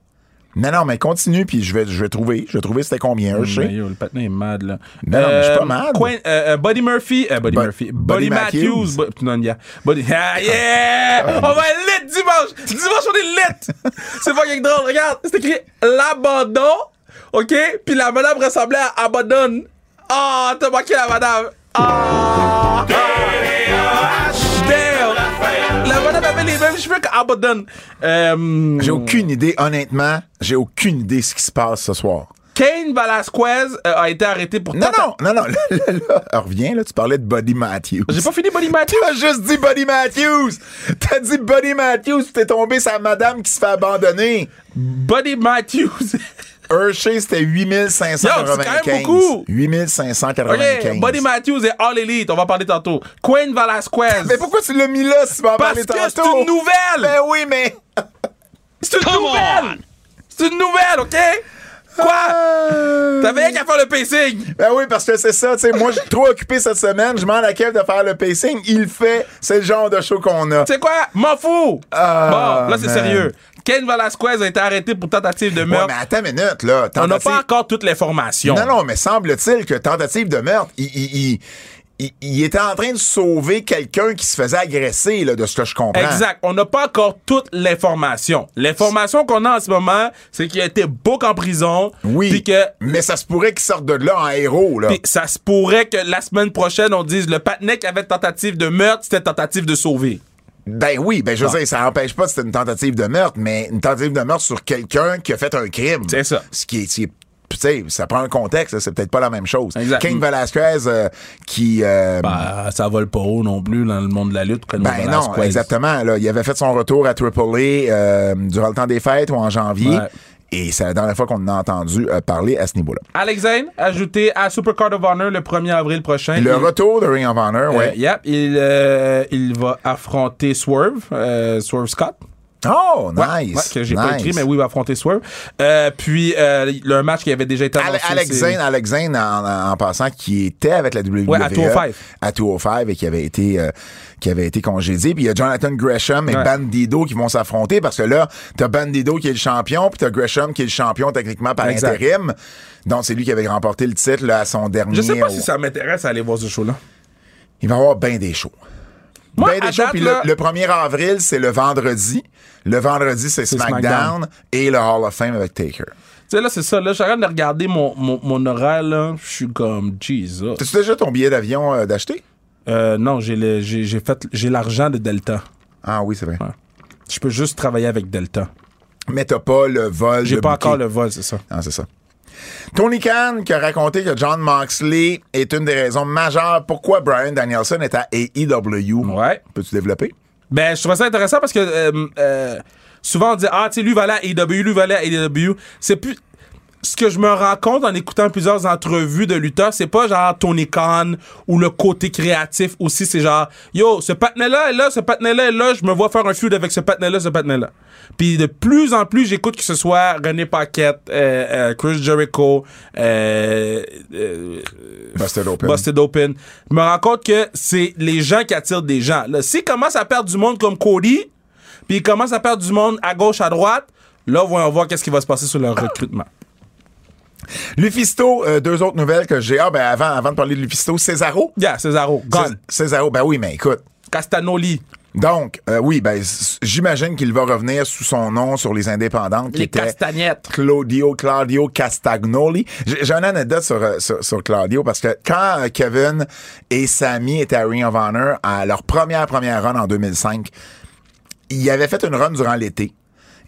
S2: Non, non, mais continue, puis je vais, je vais trouver. Je vais trouver c'était combien, Hershey.
S3: Mais Ben, yo, le patin est mad, là.
S2: Ben Non, non, mais je suis pas mad.
S3: Quinn- euh, euh, Buddy Murphy. euh, Buddy
S2: Bu-
S3: Murphy.
S2: Buddy
S3: Buddy, Matthews.
S2: Matthews.
S3: Bu- non, yeah. Buddy. [laughs] Ah, yeah! on va être lit dimanche! Dimanche, on est lit! C'est pas quelque drôle. Regarde, c'est écrit l'abandon. OK? Puis la madame ressemblait à Abandon. Ah, t'as manqué la madame. Ah! Damn! La madame avait les mêmes cheveux qu'Abandon. Euh,
S2: J'ai aucune idée, honnêtement, j'ai aucune idée de ce qui se passe ce soir.
S3: Kane Velasquez euh, a été arrêté pour
S2: Non,
S3: tenta-
S2: non, non, non, là, là, là, reviens, là, tu parlais de Buddy Matthews.
S3: J'ai pas fini Buddy Matthews.
S2: T'as juste dit Buddy Matthews! T'as dit Buddy Matthews, t'es tombé sur la madame qui se fait abandonner.
S3: Buddy Matthews. [laughs]
S2: Hershey, c'était 8595.
S3: Yo, c'est quand même beaucoup.
S2: 8595.
S3: OK, Buddy Matthews et All Elite, on va en parler tantôt. Quinn Velasquez.
S2: [laughs] Mais pourquoi tu l'as mis là si tu vas en
S3: Parce
S2: parler
S3: que
S2: tantôt?
S3: c'est une nouvelle.
S2: Ben oui, mais...
S3: C'est une nouvelle. C'est une nouvelle, OK?
S2: Ah.
S3: Quoi? T'avais rien qu'à faire le pacing.
S2: Ben oui, parce que c'est ça, tu sais, moi, je suis trop occupé cette semaine, je m'en la cave de faire le pacing, il fait, c'est le genre de show qu'on a.
S3: Tu sais quoi? M'en fous.
S2: Ah,
S3: bon, là, c'est
S2: man.
S3: sérieux. Kane Velasquez a été arrêté pour tentative de
S2: Ouais,
S3: meurtre.
S2: mais attends une minute, là.
S3: on n'a
S2: tentative-
S3: pas encore toute l'information.
S2: Non, non, mais semble-t-il que tentative de meurtre, il, il, il- il- il était en train de sauver quelqu'un qui se faisait agresser, là, de ce que je comprends.
S3: Exact. On n'a pas encore toute l'information. L'information qu'on a en ce moment, c'est qu'il a été beaucoup en prison.
S2: Oui.
S3: Puis que
S2: Mais ça se pourrait qu'il sorte de là en héros, là.
S3: Puis ça se pourrait que la semaine prochaine, on dise le patinet qui avait tentative de meurtre, c'était tentative de sauver.
S2: Ben oui, ben je
S3: Ah.
S2: veux dire, ça n'empêche pas que c'était une tentative de meurtre, mais une tentative de meurtre sur quelqu'un qui a fait un crime.
S3: C'est ça.
S2: Ce qui est, ce qui est Puis, tu sais, ça prend un contexte, là, c'est peut-être pas la même chose.
S3: Exact.
S2: King Velasquez euh, qui. euh,
S3: Bah, ça vole pas haut non plus dans le monde de la lutte. Renaud
S2: ben non,
S3: Velasquez.
S2: exactement. Là, il avait fait son retour à Triple A euh, durant le temps des fêtes ou en janvier.
S3: Ouais.
S2: Et c'est la dernière fois qu'on en a entendu euh, parler à ce niveau-là.
S3: Alex Zane, ajouté à Supercard of Honor le 1er avril prochain.
S2: Le
S3: Il-
S2: retour de Ring of Honor,
S3: euh,
S2: ouais.
S3: yep, il, euh, il va affronter Swerve, euh, Swerve Scott.
S2: Oh,
S3: Ouais,
S2: nice.
S3: ouais, que j'ai pas
S2: nice.
S3: écrit, mais oui, il va affronter Swerve. Euh, puis, euh, le match qui avait déjà été
S2: Ale-
S3: annoncé.
S2: Alex
S3: c'est-
S2: Zane, Alex Zane, en, en passant, qui était avec la WWE
S3: Ouais, à 205.
S2: à 205 et qui avait été euh, qui avait été congédié. Puis il y a Jonathan Gresham et
S3: Ouais.
S2: Bandido qui vont s'affronter parce que là, t'as Bandido qui est le champion, puis t'as Gresham qui est le champion techniquement par
S3: Exact.
S2: intérim. Donc c'est lui qui avait remporté le titre là, à son dernier.
S3: Je sais pas
S2: au-
S3: si ça m'intéresse à aller voir ce show-là.
S2: Il va y avoir bien des shows.
S3: Moi,
S2: ben
S3: à
S2: des shows.
S3: date,
S2: Puis
S3: là-
S2: le, le 1er avril, c'est le vendredi. Le vendredi, c'est
S3: C'est
S2: SmackDown,
S3: SmackDown.
S2: et le Hall of Fame avec Taker.
S3: Tu sais, là, c'est ça. Là, je suis en train de regarder mon, mon, mon horaire, là. Je suis comme, Jesus.
S2: T'as-tu déjà ton billet d'avion euh, d'acheter?
S3: Euh, non, j'ai le- j'ai j'ai fait- j'ai l'argent de Delta.
S2: Ah oui, c'est vrai.
S3: Je peux juste travailler avec Delta.
S2: Mais t'as pas le vol.
S3: J'ai
S2: le
S3: pas
S2: bouquet.
S3: encore le vol, c'est ça.
S2: Ah, c'est ça. Tony Khan qui a raconté que John Moxley est une des raisons majeures pourquoi Brian Danielson est à AEW.
S3: Ouais.
S2: Peux-tu développer?
S3: Ben, je trouvais ça intéressant parce que euh, euh, souvent on dit Ah, tu sais, lui va aller à AEW, lui va aller à AEW. C'est plus. Ce que je me rends compte en écoutant plusieurs entrevues de lutteurs, c'est pas genre Tony Khan ou le côté créatif aussi, c'est genre Yo, ce patinet-là est là, ce patinet-là est là, je me vois faire un feud avec ce patinet-là, ce patinet-là. Puis de plus en plus, j'écoute que ce soit René Paquette, euh, euh, Chris Jericho, euh, euh,
S2: Busted Open.
S3: Busted Open. Je me rends compte que c'est les gens qui attirent des gens. Là, s'ils commencent à perdre du monde comme Cody, puis ils commencent à perdre du monde à gauche, à droite, là, voyons voir qu'est-ce qui va se passer sur
S2: Ah.
S3: leur recrutement.
S2: Lufisto, euh, deux autres nouvelles que j'ai. Ah, ben avant, avant de parler de Lufisto, Cesaro.
S3: Yeah, Cesaro, gone.
S2: Cés- Cesaro, ben oui, mais écoute.
S3: Castanoli.
S2: Donc, euh, oui, ben s- j'imagine qu'il va revenir sous son nom sur les indépendantes qui
S3: Les
S2: étaient
S3: castagnettes.
S2: Claudio Claudio Castagnoli. J'ai j'ai une anecdote sur, euh, sur, sur Claudio parce que quand euh, Kevin et Sammy étaient à Ring of Honor à leur première première run en 2005, il avait fait une run durant l'été.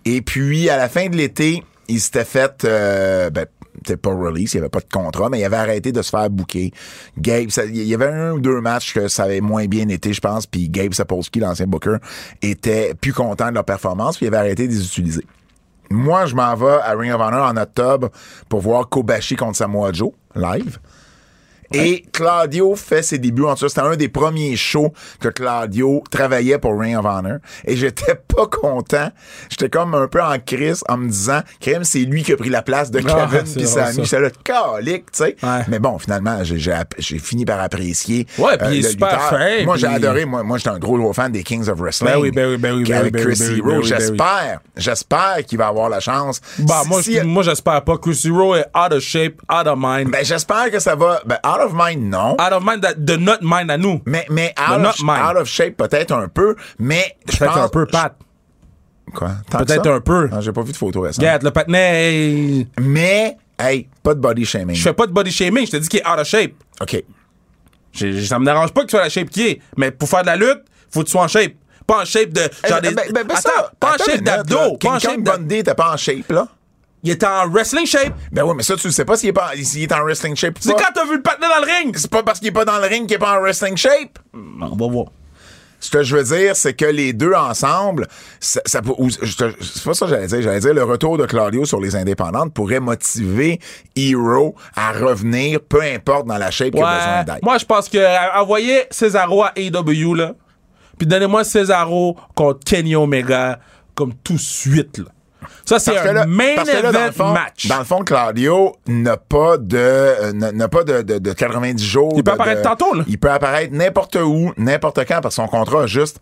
S2: Et puis, à la fin de l'été, il s'était fait, euh, ben, c'était pas release, il y avait pas de contrat, mais il avait arrêté de se faire bouquer. Gabe, ça- il y avait un ou deux matchs que ça avait moins bien été, je pense, puis Gabe Sapolsky, l'ancien booker, était plus content de leur performance, puis il avait arrêté de les utiliser. Moi, je m'en vais à Ring of Honor en octobre pour voir Kobashi contre Samoa Joe, live. Et Claudio fait ses débuts en tout ça. C'était un des premiers shows que Claudio travaillait pour Ring of Honor. Et j'étais [laughs] pas content. J'étais comme un peu en crise en me disant, Crème, c'est lui qui a pris la place
S3: [laughs]
S2: de
S3: Ah,
S2: Kevin
S3: c'est
S2: puis
S3: drôle,
S2: Sammy.
S3: ça.
S2: J'étais là, calique, tu sais.
S3: Ouais.
S2: Mais bon, finalement, j'ai- j'ai app- j'ai fini par apprécier. euh,
S3: Ouais, puis il est
S2: le
S3: super
S2: lutteur.
S3: fin,
S2: Moi, j'ai
S3: puis-
S2: adoré. Moi, moi j'étais un gros, gros fan des Kings of Wrestling.
S3: Ben oui, ben oui, ben oui, ben
S2: Avec
S3: oui, ben oui,
S2: Chris
S3: ben oui,
S2: Hero.
S3: ben oui, ben oui.
S2: J'espère, j'espère qu'il va avoir la chance.
S3: Bah,
S2: Si-
S3: moi,
S2: si-
S3: je- moi, j'espère pas. Chris Hero est out of shape, out of mind.
S2: ben, j'espère que ça va. Ben, out of mind, non.
S3: out of mind that- de notre mind à nous.
S2: Mais, mais
S3: But
S2: out,
S3: Ah. not
S2: of,
S3: mine.
S2: out of shape, peut-être un peu, mais je
S3: Peut-être
S2: pense...
S3: un peu, Pat.
S2: Quoi? Tant que
S3: Peut-être
S2: ça?
S3: un peu.
S2: Ah, J'ai pas vu de photo récente.
S3: Regarde, le patinet, hey,
S2: Mais, hey, pas de body shaming.
S3: je fais pas de body shaming, je te dis qu'il est out of shape.
S2: OK.
S3: J'ai- j'ai- ça me dérange pas que tu sois la shape qui est, mais pour faire de la lutte, faut que tu sois en shape. Pas en shape de. Genre des-
S2: Ben, ben, ben,
S3: attends,
S2: ça,
S3: pas
S2: attends
S3: en shape
S2: une minute,
S3: d'abdos,
S2: là.
S3: pas en
S2: King
S3: shape
S2: Kong
S3: de-
S2: Bundy était pas en shape, là?
S3: Il est en wrestling shape.
S2: Ben oui, mais ça, tu le sais pas s'il est, pas en- s'il est en wrestling shape ou
S3: C'est
S2: pas.
S3: quand t'as vu le patinet dans le ring.
S2: C'est pas parce qu'il est pas dans le ring qu'il est pas en wrestling shape.
S3: On va voir.
S2: Ce que je veux dire, c'est que les deux ensemble, ça, ça pour- ou- je te- c'est pas ça que j'allais dire. J'allais dire le retour de Claudio sur les indépendantes pourrait motiver Hero à revenir, peu importe dans la shape qu'il a besoin
S3: Ouais.
S2: d'être.
S3: Moi, je pense que euh, envoyez Cesaro à AEW, là. Puis donnez-moi Cesaro contre Kenny Omega, comme tout de suite, là. Ça, c'est
S2: Parce que
S3: un
S2: là-
S3: main
S2: parce que là,
S3: event
S2: dans le fond,
S3: match.
S2: Dans le fond, Claudio n'a pas de euh, n'a n'a pas de, de- de 90 jours.
S3: Il peut
S2: de-
S3: apparaître
S2: de-
S3: tantôt, là.
S2: Il peut apparaître n'importe où, n'importe quand, parce que son contrat a juste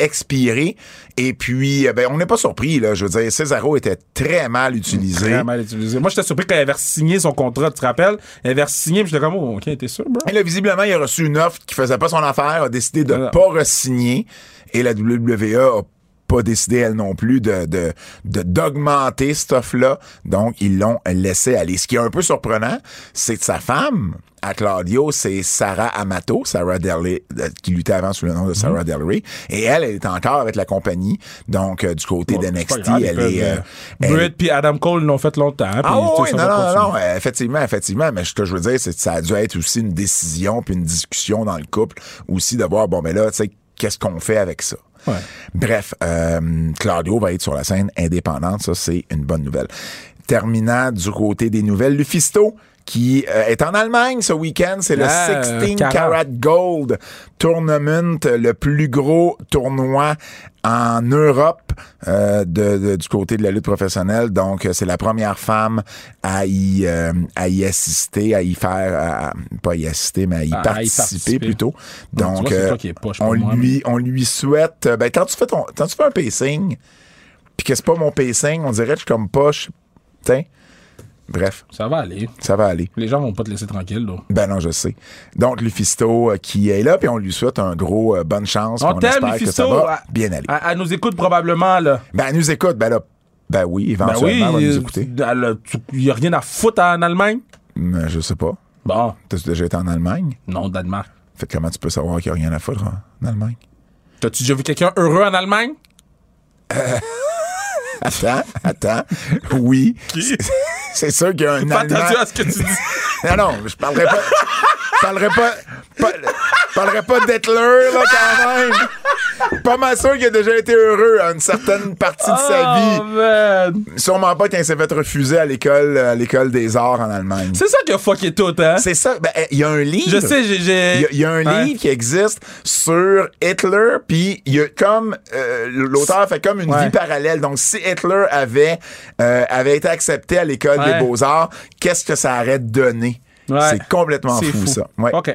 S2: expiré. Et puis, euh, ben, on n'est pas surpris, là. Je veux dire, Cesaro était très mal utilisé.
S3: Mm, Très mal utilisé. Moi, j'étais surpris quand il avait signé son contrat, tu te rappelles? Il avait signé, puis j'étais comme, oh, ok, t'es sûr, bro?
S2: Et là, visiblement, il a reçu une offre qui faisait pas son affaire, a décidé de
S3: Voilà.
S2: pas re-signer. Et la WWE E a pas décidé, elle non plus, de, de, de- d'augmenter cette offre-là. Donc, ils l'ont laissé aller. Ce qui est un peu surprenant, c'est que sa femme, à Claudio, c'est Sarah Amato, Sarah Del Rey, euh, qui luttait avant sous le nom de
S3: Mm-hmm.
S2: Sarah Del Rey. Et elle, elle est encore avec la compagnie. Donc, euh, du côté
S3: Bon, c'est pas
S2: d'NXT,
S3: grave, ils
S2: elle
S3: peuvent,
S2: est... euh,
S3: euh,
S2: elle-
S3: Britt puis Adam Cole l'ont fait longtemps. puis,
S2: ah
S3: tu
S2: oui,
S3: sais, ça
S2: non,
S3: va
S2: non,
S3: continuer.
S2: non, euh, effectivement, effectivement, mais ce que je veux dire, c'est que ça a dû être aussi une décision puis une discussion dans le couple aussi de voir, bon, mais là, tu sais, qu'est-ce qu'on fait avec ça?
S3: Ouais.
S2: Bref, euh, Claudio va être sur la scène indépendante, ça, c'est une bonne nouvelle. Terminant du côté des nouvelles, Lufisto, qui euh, est en Allemagne ce week-end, c'est le
S3: Ah,
S2: 16
S3: carat.
S2: Carat Gold Tournament, le plus gros tournoi en Europe euh, de- de- du côté de la lutte professionnelle. Donc, euh, c'est la première femme à y, euh, à y assister, à y faire, à- à- pas y assister, mais à y,
S3: Ben, À- à y
S2: participer,
S3: participer.
S2: plutôt.
S3: tu
S2: Donc,
S3: vois, c'est
S2: euh,
S3: toi qui es poche, pas
S2: on,
S3: moi,
S2: lui, on lui souhaite... euh, Ben, quand tu fais ton, quand tu fais un pacing, puis que c'est pas mon pacing, on dirait que je suis comme poche. Tiens. Bref,
S3: Ça va aller.
S2: ça va aller.
S3: Les gens vont pas te laisser tranquille, là.
S2: Ben non, je sais. Donc, Lufisto euh, qui est là, puis on lui souhaite un gros euh, bonne chance. puis
S3: On t'aime, Ah.
S2: espère que ça
S3: Mephisto.
S2: va
S3: Elle-
S2: bien aller.
S3: Elle, elle nous écoute probablement, là.
S2: Ben, elle nous écoute. Ben là, ben oui,
S3: Ben oui, euh,
S2: éventuellement, elle va nous écouter.
S3: il n'y a rien à foutre en Allemagne.
S2: Mais je sais pas.
S3: Bon,
S2: T'as déjà été en Allemagne?
S3: non, Danemark.
S2: Fait que comment tu peux savoir qu'il n'y a rien à foutre hein, en Allemagne?
S3: T'as-tu déjà vu quelqu'un heureux en Allemagne? [laughs]
S2: Attends, attends. Oui. C'est sûr qu'il y a un
S3: Fais
S2: Allemand...
S3: attention à ce que tu
S2: [laughs]
S3: dis.
S2: Non, non, je parlerai pas... Je parlerai pas... pas- je parlerai pas d'Hitler, là, quand même. Pas mal sûr qu'il a déjà été heureux à une certaine partie de sa vie.
S3: Oh, man.
S2: Sûrement pas quand il s'est fait refuser à l'école euh, à l'école des arts en Allemagne.
S3: C'est ça qui a fucké tout, hein?
S2: C'est ça. Ben, eh, il y a un livre.
S3: Je sais, j'ai-
S2: Il y
S3: j'ai.
S2: a- il y, a un
S3: Hein?
S2: livre qui existe sur Hitler, puis il y a comme euh, l'auteur fait comme une
S3: Ouais.
S2: vie parallèle. Donc, si Hitler avait euh, avait été accepté à l'école
S3: Ouais.
S2: des beaux arts, qu'est-ce que ça aurait donné
S3: Ouais.
S2: C'est complètement
S3: C'est
S2: fou, ça. Ouais.
S3: OK.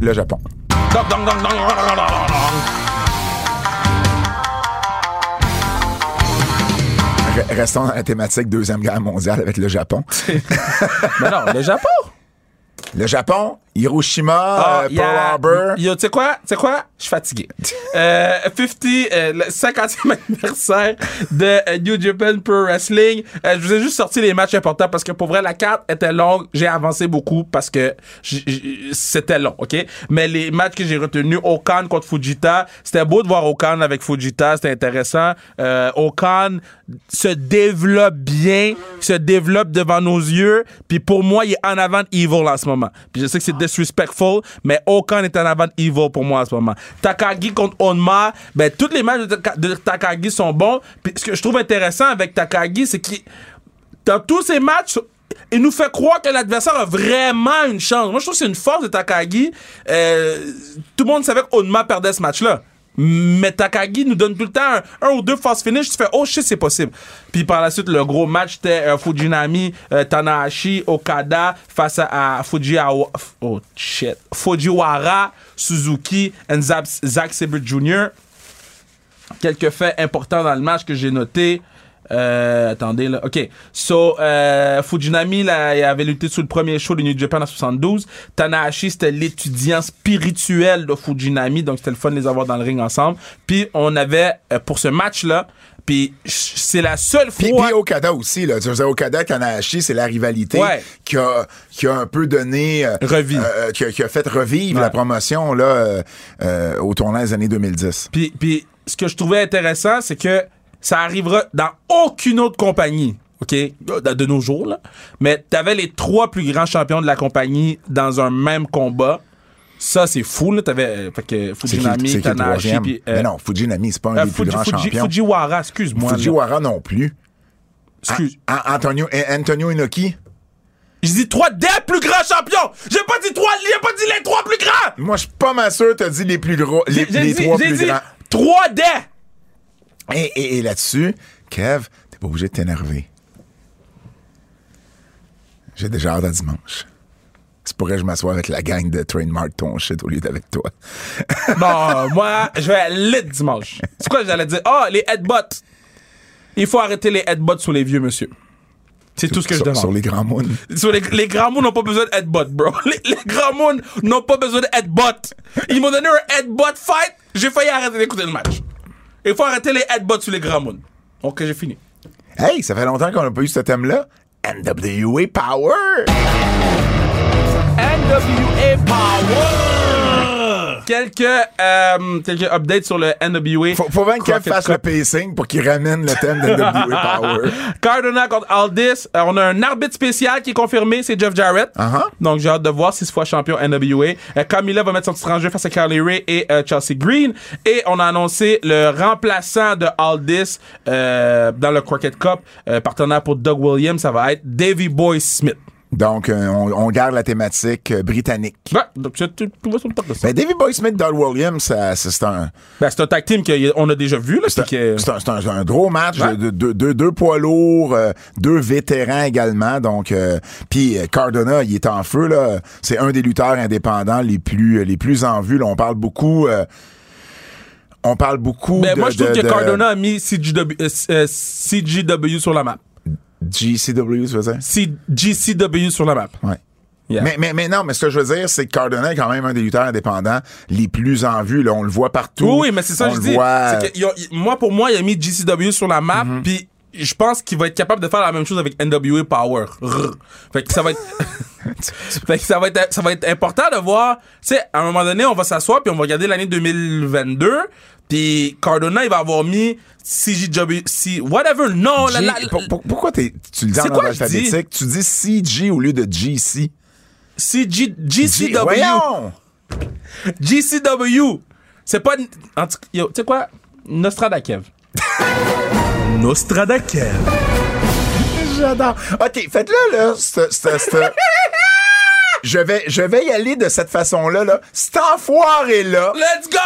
S2: Le Japon.
S3: Dong, dong, dong, dong, dong, dong, dong, dong.
S2: Re- Restons dans la thématique Deuxième Guerre mondiale avec le Japon.
S3: Mais Ben non, le Japon.
S2: Le Japon, Hiroshima,
S3: Ah,
S2: euh,
S3: y a-
S2: Pearl Harbor.
S3: Yo, tu sais quoi? Tu sais quoi? Je suis fatigué. Euh, 50, euh, le 50e [laughs] anniversaire de euh, New Japan Pro Wrestling. Euh, je vous ai juste sorti les matchs importants parce que pour vrai, la carte était longue. J'ai avancé beaucoup parce que j- j- c'était long, OK? Mais les matchs que j'ai retenus, Okan contre Fujita, c'était beau de voir Okan avec Fujita, c'était intéressant. Euh, Okan se développe bien, se développe devant nos yeux, puis pour moi, il est en avant de Evil en ce moment. Puis je sais que c'est disrespectful, mais Okan est en avant de Evil pour moi en ce moment. Takagi contre Onma, ben toutes les matchs de, Taka- de Takagi sont bons. Puis ce que je trouve intéressant avec Takagi, c'est qu'il dans tous ces matchs, il nous fait croire que l'adversaire a vraiment une chance. Moi, je trouve que c'est une force de Takagi. Euh, tout le monde savait qu'Onma perdait ce match-là. Mais Takagi nous donne tout le temps un, un ou deux fast finish. Tu fais, oh shit, c'est possible. Puis par la suite, le gros match, c'était euh, Fujinami, euh, Tanahashi, Okada face à, à Fujiwa- oh, shit. Fujiwara, Suzuki, et Zab- Zack Sabre Jr quelques faits importants dans le match que j'ai noté. Euh, attendez là, ok. So, euh, Fujinami là, il avait lutté sur le premier show de New Japan en 72. Tanahashi c'était l'étudiant spirituel de Fujinami, donc c'était le fun de les avoir dans le ring ensemble. Puis on avait euh, pour ce match là, puis ch- c'est la seule
S2: Puis,
S3: fois.
S2: puis Okada aussi, là. Tu faisais Okada, Kanahashi, c'est la rivalité
S3: Ouais.
S2: qui, a, qui a un peu donné. euh,
S3: Revit.
S2: euh, qui, a, qui a fait revivre
S3: Ouais.
S2: la promotion, là, euh, euh, au tournant des années 2010.
S3: Puis, puis ce que je trouvais intéressant, c'est que ça arrivera dans aucune autre compagnie, OK, de, de nos jours, là. Mais t'avais les trois plus grands champions de la compagnie dans un même combat. Ça, c'est fou, là. T'avais euh, fait
S2: C'est qui,
S3: que
S2: c'est
S3: Fujinami,
S2: qui le
S3: Tanahashi,
S2: troisième?
S3: puis... euh,
S2: Mais non, Fujinami, c'est pas un
S3: euh,
S2: des plus
S3: Fuji-
S2: grands
S3: Fuji-
S2: champions. Ah!
S3: Fujiwara, excuse-moi. là.
S2: Fujiwara non plus.
S3: Excuse.
S2: A- A- Antonio, A- Antonio eh, Inoki.
S3: J'ai dit trois des plus grands champions. J'ai pas dit trois, j'ai pas dit les trois plus grands.
S2: Moi, je suis pas mal sûr, t'as dit les plus gros, les,
S3: J'ai
S2: les
S3: dit-
S2: trois
S3: j'ai
S2: plus
S3: dit
S2: grands.
S3: Trois des.
S2: Et, et- et là-dessus, Kev, t'es pas obligé de t'énerver. J'ai déjà hâte à dimanche. C'est pourquoi je m'assois avec la gang de Trademark ton shit au lieu d'avec toi.
S3: Non, [laughs] moi, je vais lit dimanche. C'est quoi j'allais dire? Ah, les headbutts. Il faut arrêter les headbutts sur les vieux monsieur. C'est tout ce que
S2: sur,
S3: je demande.
S2: Sur les grands moons.
S3: Sur les, les grands moons n'ont pas besoin de headbutt, bro. [laughs] Les, les grands moons n'ont pas besoin de headbutt. Ils m'ont donné un headbutt fight. J'ai failli arrêter d'écouter le match. Il faut arrêter les headbutts sur les grands moons. Ok, j'ai fini.
S2: Hey, ça fait longtemps qu'on n'a pas eu ce thème-là. NWA Power!
S3: NWA Power! Quelques, euh, quelques updates sur le NWA.
S2: Faut, faut bien que Kev
S3: Crockett
S2: fasse le pacing pour qu'il ramène le thème de NWA
S3: [laughs]
S2: Power.
S3: Cardona contre Aldis. Euh, on a un arbitre spécial qui est confirmé, c'est Jeff Jarrett.
S2: Uh-huh.
S3: Donc j'ai hâte de voir six fois champion NWA. Euh, Camilla va mettre son titre en jeu face à Carly Ray et euh, Chelsea Green. Et on a annoncé le remplaçant de Aldis euh, dans le Crockett Cup, euh, partenaire pour Doug Williams, ça va être Davy Boy Smith.
S2: Donc, euh, on, on garde la thématique euh, britannique.
S3: Ouais, donc tu, tu- tu vois sur le top de ça.
S2: Ben, David Boy Smith, Dodd Williams, ça- c'est c'est un,
S3: Ben, c'est un tag team qu'on a déjà vu. Là,
S2: c'est un,
S3: puis que-
S2: c'est un- c'est un- c'est un gros match.
S3: Ouais.
S2: de- de- de- deux- deux poids lourds, euh, deux vétérans également. Donc, euh, puis euh, Cardona, il est en feu. là. C'est un des lutteurs indépendants les plus, les plus en vue. là. On parle beaucoup. euh, on parle beaucoup
S3: Ben,
S2: de,
S3: moi, je trouve
S2: de-
S3: que
S2: de
S3: Cardona a mis CGW, euh, euh, CGW sur la map.
S2: GCW, tu veux dire?
S3: CGCW sur la map.
S2: Ouais.
S3: Yeah.
S2: Mais, mais, mais non, mais ce que je veux dire, c'est que Cardona est quand même un des lutteurs indépendants les plus en vue. Là. On le voit partout.
S3: Oui, oui, mais c'est
S2: On
S3: ça que je
S2: le
S3: dis.
S2: voit- Mhm.
S3: C'est que ils ont- ils- moi, pour moi, il a mis GCW sur la map, puis je pense qu'il va être capable de faire la même chose avec NWA Power. Rrr. Fait que ça
S2: [laughs]
S3: va être... fait que ça va être, ça va être important de voir... Tu sais, à un moment donné, on va s'asseoir, puis on va regarder l'année 2022, puis Cardona, il va avoir mis CGW... C, whatever, non, la,
S2: G-
S3: la- la-
S2: pour- pour- pourquoi t'es- tu le dis en
S3: C'est quoi
S2: ordre
S3: je dis?
S2: alphabétique? Tu dis CG au lieu de GC.
S3: CG,
S2: G-
S3: GCW...
S2: Voyons!
S3: GCW. C'est pas. En tout cas, yo, tu sais quoi? Nostradakev. Nostradakev.
S2: J'adore. OK, faites-le, là. c'te- c'te-
S3: [laughs]
S2: c'te- je, vais, je vais y aller de cette façon-là. Là. Cet enfoiré-là,
S3: Let's go!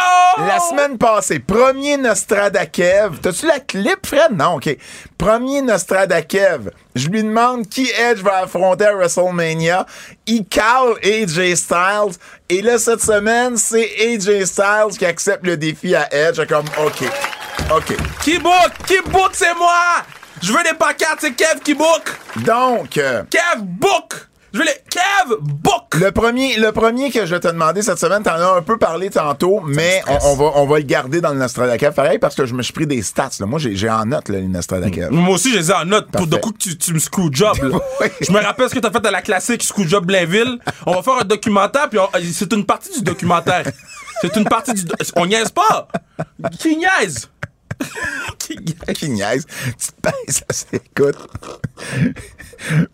S2: la semaine passée, premier Nostradakev. T'as-tu la clip, Fred? Non, OK. Premier Nostradakev. Je lui demande qui Edge va affronter à WrestleMania. Il cale AJ Styles. Et là, cette semaine, c'est AJ Styles qui accepte le défi à Edge. J'ai Comme, OK. OK.
S3: Qui book? Qui book, c'est moi! Je veux des pancartes, c'est Kev qui book!
S2: Donc... euh,
S3: Kev book! Je veux les. Kev book!
S2: Le premier, le premier que je vais te demander cette semaine, t'en as un peu parlé tantôt, mais on, on va, on va le garder dans le Nostradakev, pareil, parce que je me suis pris des stats. là. Moi, j'ai j'ai en note là, les Nostradakev.
S3: Moi aussi, je les ai en note. Pour de
S2: Parfait.
S3: coup, que tu, tu me screw job. là.
S2: [laughs] Oui.
S3: Je me rappelle ce que t'as fait à la classique screw job Blainville. On va faire un documentaire, puis on- euh, c'est une partie
S2: [laughs]
S3: du documentaire. C'est une partie du. do- On niaise pas! Qui niaise? Qui niaise?
S2: [laughs] Qui niaise. Tu te pinces, ça s'écoute.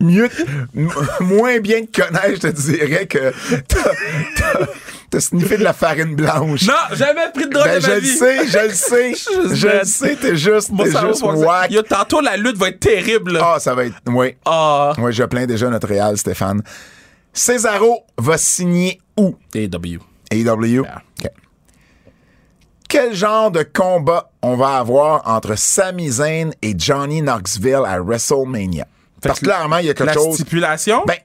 S2: Mieux, m- moins bien te connaître, je te dirais que t'as- t'as- t'as sniffé de la farine blanche.
S3: Non, jamais pris de drogue
S2: Ben,
S3: de
S2: je
S3: ma
S2: le
S3: vie.
S2: sais, je le
S3: [laughs]
S2: sais, je le
S3: dead.
S2: sais, t'es juste,
S3: Mon
S2: t'es
S3: cerveau
S2: juste
S3: fonctionne.
S2: whack.
S3: Yo, tantôt, la lutte va être terrible. là.
S2: Ah, ça va être, oui.
S3: Ah.
S2: Oui, je plains déjà notre Real, Stéphane. Cesaro va signer où?
S3: AW.
S2: AEW? E OK. Quel genre de combat on va avoir entre Sami Zayn et Johnny Knoxville à WrestleMania?
S3: Fait
S2: Parce
S3: que
S2: que clairement, il y a quelque
S3: La
S2: chose.
S3: stipulation?
S2: Ben,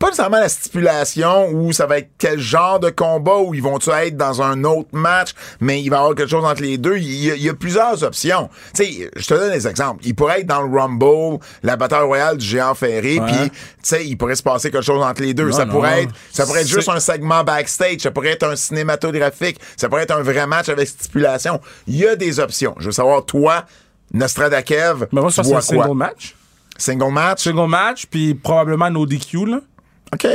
S2: pas nécessairement la stipulation où ça va être quel genre de combat où ils vont-tu être dans un autre match, mais il va y avoir quelque chose entre les deux. Il y a, il y a plusieurs options. Tu sais, je te donne des exemples. Il pourrait être dans le Rumble, la bataille royale du géant ferré, puis tu sais, il pourrait se passer quelque chose entre les deux. ça
S3: non.
S2: pourrait être, ça pourrait être
S3: C'est-
S2: juste un segment backstage, ça pourrait être un cinématographique, ça pourrait être un vrai match avec stipulation. Il y a des options. Je veux savoir toi, Nostradakev,
S3: Mais Ben, moi, je
S2: tu
S3: pense que c'est
S2: vois
S3: un
S2: quoi?
S3: single match.
S2: Single match.
S3: Single match, puis probablement nos DQ, là.
S2: OK.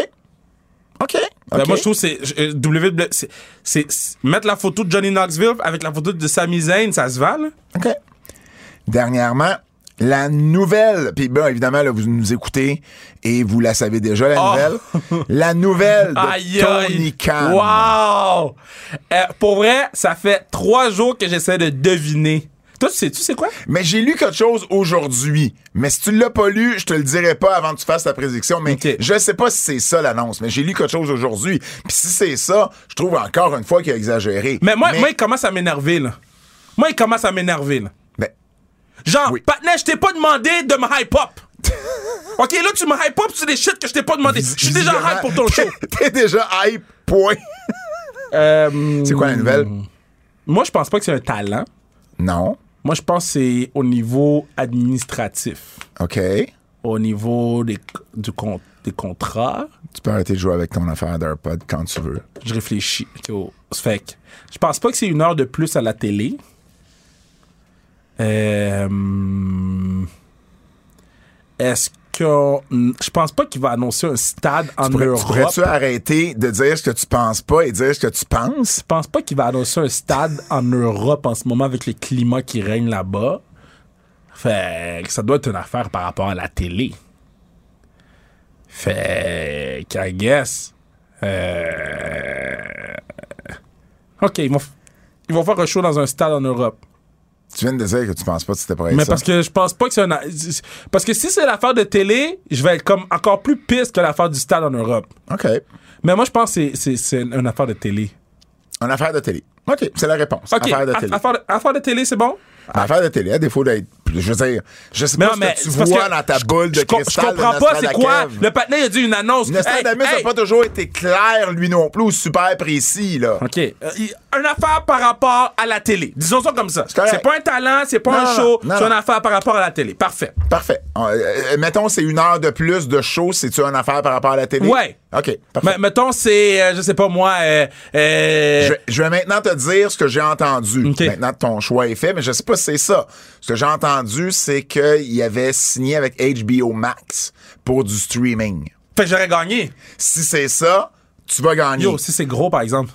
S2: OK.
S3: Ben,
S2: OK.
S3: moi, je trouve que c'est. je- euh, WWE, c'est- c'est- c'est- Mettre la photo de Johnny Knoxville avec la photo de Sami Zayn, ça se vend, là.
S2: OK. Dernièrement, la nouvelle, puis bien évidemment, là, vous nous écoutez et vous la savez déjà, la
S3: Oh.
S2: nouvelle. la nouvelle de
S3: Aïe,
S2: Tony
S3: aïe.
S2: Khan.
S3: Wow! Euh, pour vrai, ça fait trois jours que j'essaie de deviner. Toi, tu sais-tu c'est quoi?
S2: Mais j'ai lu quelque chose aujourd'hui. Mais si tu l'as pas lu, je te le dirai pas avant que tu fasses ta prédiction. Mais
S3: Ok.
S2: je sais pas si c'est ça l'annonce, mais j'ai lu quelque chose aujourd'hui. Puis si c'est ça, je trouve encore une fois qu'il a exagéré.
S3: Mais moi, moi, il commence à m'énerver, là. Moi, il commence à m'énerver, là.
S2: ben,
S3: Genre,
S2: Oui.
S3: Patnais, je t'ai pas demandé de me
S2: [laughs]
S3: hype up. OK, là, tu me hype up sur des shit que je t'ai pas demandé. Je suis déjà
S2: visiblement,
S3: hype pour ton show.
S2: [laughs] T'es déjà hype, point. C'est quoi la nouvelle?
S3: Hmm. Moi, je pense pas que c'est un talent.
S2: Non.
S3: Moi, je pense que c'est au niveau administratif,
S2: OK. Tu
S3: au niveau des, du con- des contrats.
S2: peux arrêter de jouer avec ton affaire d'AirPod quand tu veux.
S3: Je réfléchis. Yo, Fait que je pense pas que c'est une heure de plus à la télé. Euh, Est-ce que. Je pense pas qu'il va annoncer un stade en
S2: Pourrais-
S3: Europe.
S2: tu pourrais-tu arrêter de dire ce que tu penses pas et dire ce que tu penses?
S3: Je pense pas qu'il va annoncer un stade en Europe en ce moment avec le climat qui règne là-bas. Fait que ça doit être une affaire par rapport à la télé. Fait que, I guess. Euh... Ok, ils vont, f- ils vont faire un show dans un stade en Europe.
S2: Tu viens de dire que tu penses pas que c'était pour être
S3: Mais
S2: ça.
S3: parce que je pense pas que c'est un. a- Parce que si c'est l'affaire de télé, je vais être comme encore plus piste que l'affaire du stade en Europe.
S2: OK.
S3: Mais moi, je pense que c'est- c'est- c'est une affaire de télé.
S2: Une affaire de télé. OK, c'est la réponse.
S3: Ok,
S2: Affaire de
S3: aff-
S2: télé.
S3: affaire de- affaire de télé, c'est bon?
S2: Affaire de télé, à défaut d'être. Je veux dire, je sais
S3: Mais
S2: pas
S3: non, mais
S2: ce que tu
S3: c'est parce
S2: vois
S3: que
S2: dans ta boule de
S3: je, com- je
S2: cristal.
S3: comprends
S2: de
S3: pas c'est quoi.
S2: Nostradakev.
S3: Le patin il a dit une annonce.
S2: Nostradamus
S3: Hey,
S2: n'a
S3: hey.
S2: pas toujours été clair, lui non plus, ou super précis, là.
S3: OK. Euh, il- une affaire par rapport à la télé. Disons ça comme ça.
S2: correct.
S3: C'est pas un talent, c'est pas
S2: Non,
S3: un
S2: non,
S3: show,
S2: non,
S3: c'est une
S2: non.
S3: affaire par rapport à la télé. Parfait.
S2: Parfait. Euh, euh, mettons, c'est une heure de plus de show, c'est-tu une affaire par rapport à la télé?
S3: Ouais.
S2: OK,
S3: Mais
S2: parfait.
S3: mettons, c'est, euh, je sais pas moi, euh, euh,
S2: Je vais- je vais maintenant te dire ce que j'ai entendu.
S3: OK.
S2: Maintenant que ton choix est fait, mais je sais pas si c'est ça. Ce que j'ai entendu, c'est qu'il avait signé avec HBO Max pour du streaming.
S3: fait que j'aurais gagné.
S2: Si c'est ça, tu vas gagner.
S3: Yo, si c'est gros, par exemple.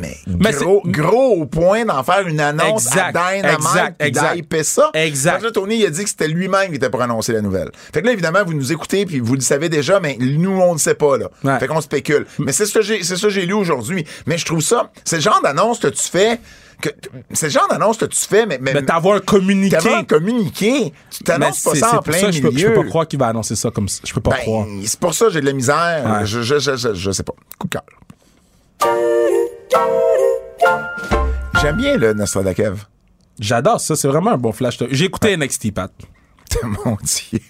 S2: Mais,
S3: Mais
S2: gros, gros au point d'en faire une annonce
S3: Exact,
S2: à Dynamite
S3: exact,
S2: puis
S3: exact.
S2: d'hyper ça.
S3: Exact.
S2: Parce que là, Tony, il a dit que c'était lui-même qui était pour annoncer la nouvelle. Fait que là, évidemment, vous nous écoutez puis vous le savez déjà, mais nous, on ne sait pas, là.
S3: Ouais.
S2: Fait qu'on spécule. Mais c'est ce que j'ai, c'est ça que j'ai lu aujourd'hui. Mais je trouve ça, c'est le genre d'annonce que tu fais, que, c'est le genre d'annonce que tu fais, mais, mais,
S3: Mais t'avoir Ben, un communiqué.
S2: t'avais un communiqué. Tu
S3: Mais
S2: t'annonces pas
S3: c'est-
S2: ça
S3: c'est
S2: en
S3: pour
S2: plein
S3: ça, je
S2: milieu.
S3: peux, je peux pas croire qu'il va annoncer ça comme ça. Je peux pas croire.
S2: Ben, c'est pour ça que j'ai de la misère.
S3: Ouais.
S2: Je, je, je, je, je sais pas. Coup de cœur. J'aime bien le Nostradakev. [laughs]
S3: J'adore ça, c'est vraiment un bon flash. J'ai écouté NXT, Pat.
S2: Mon Dieu.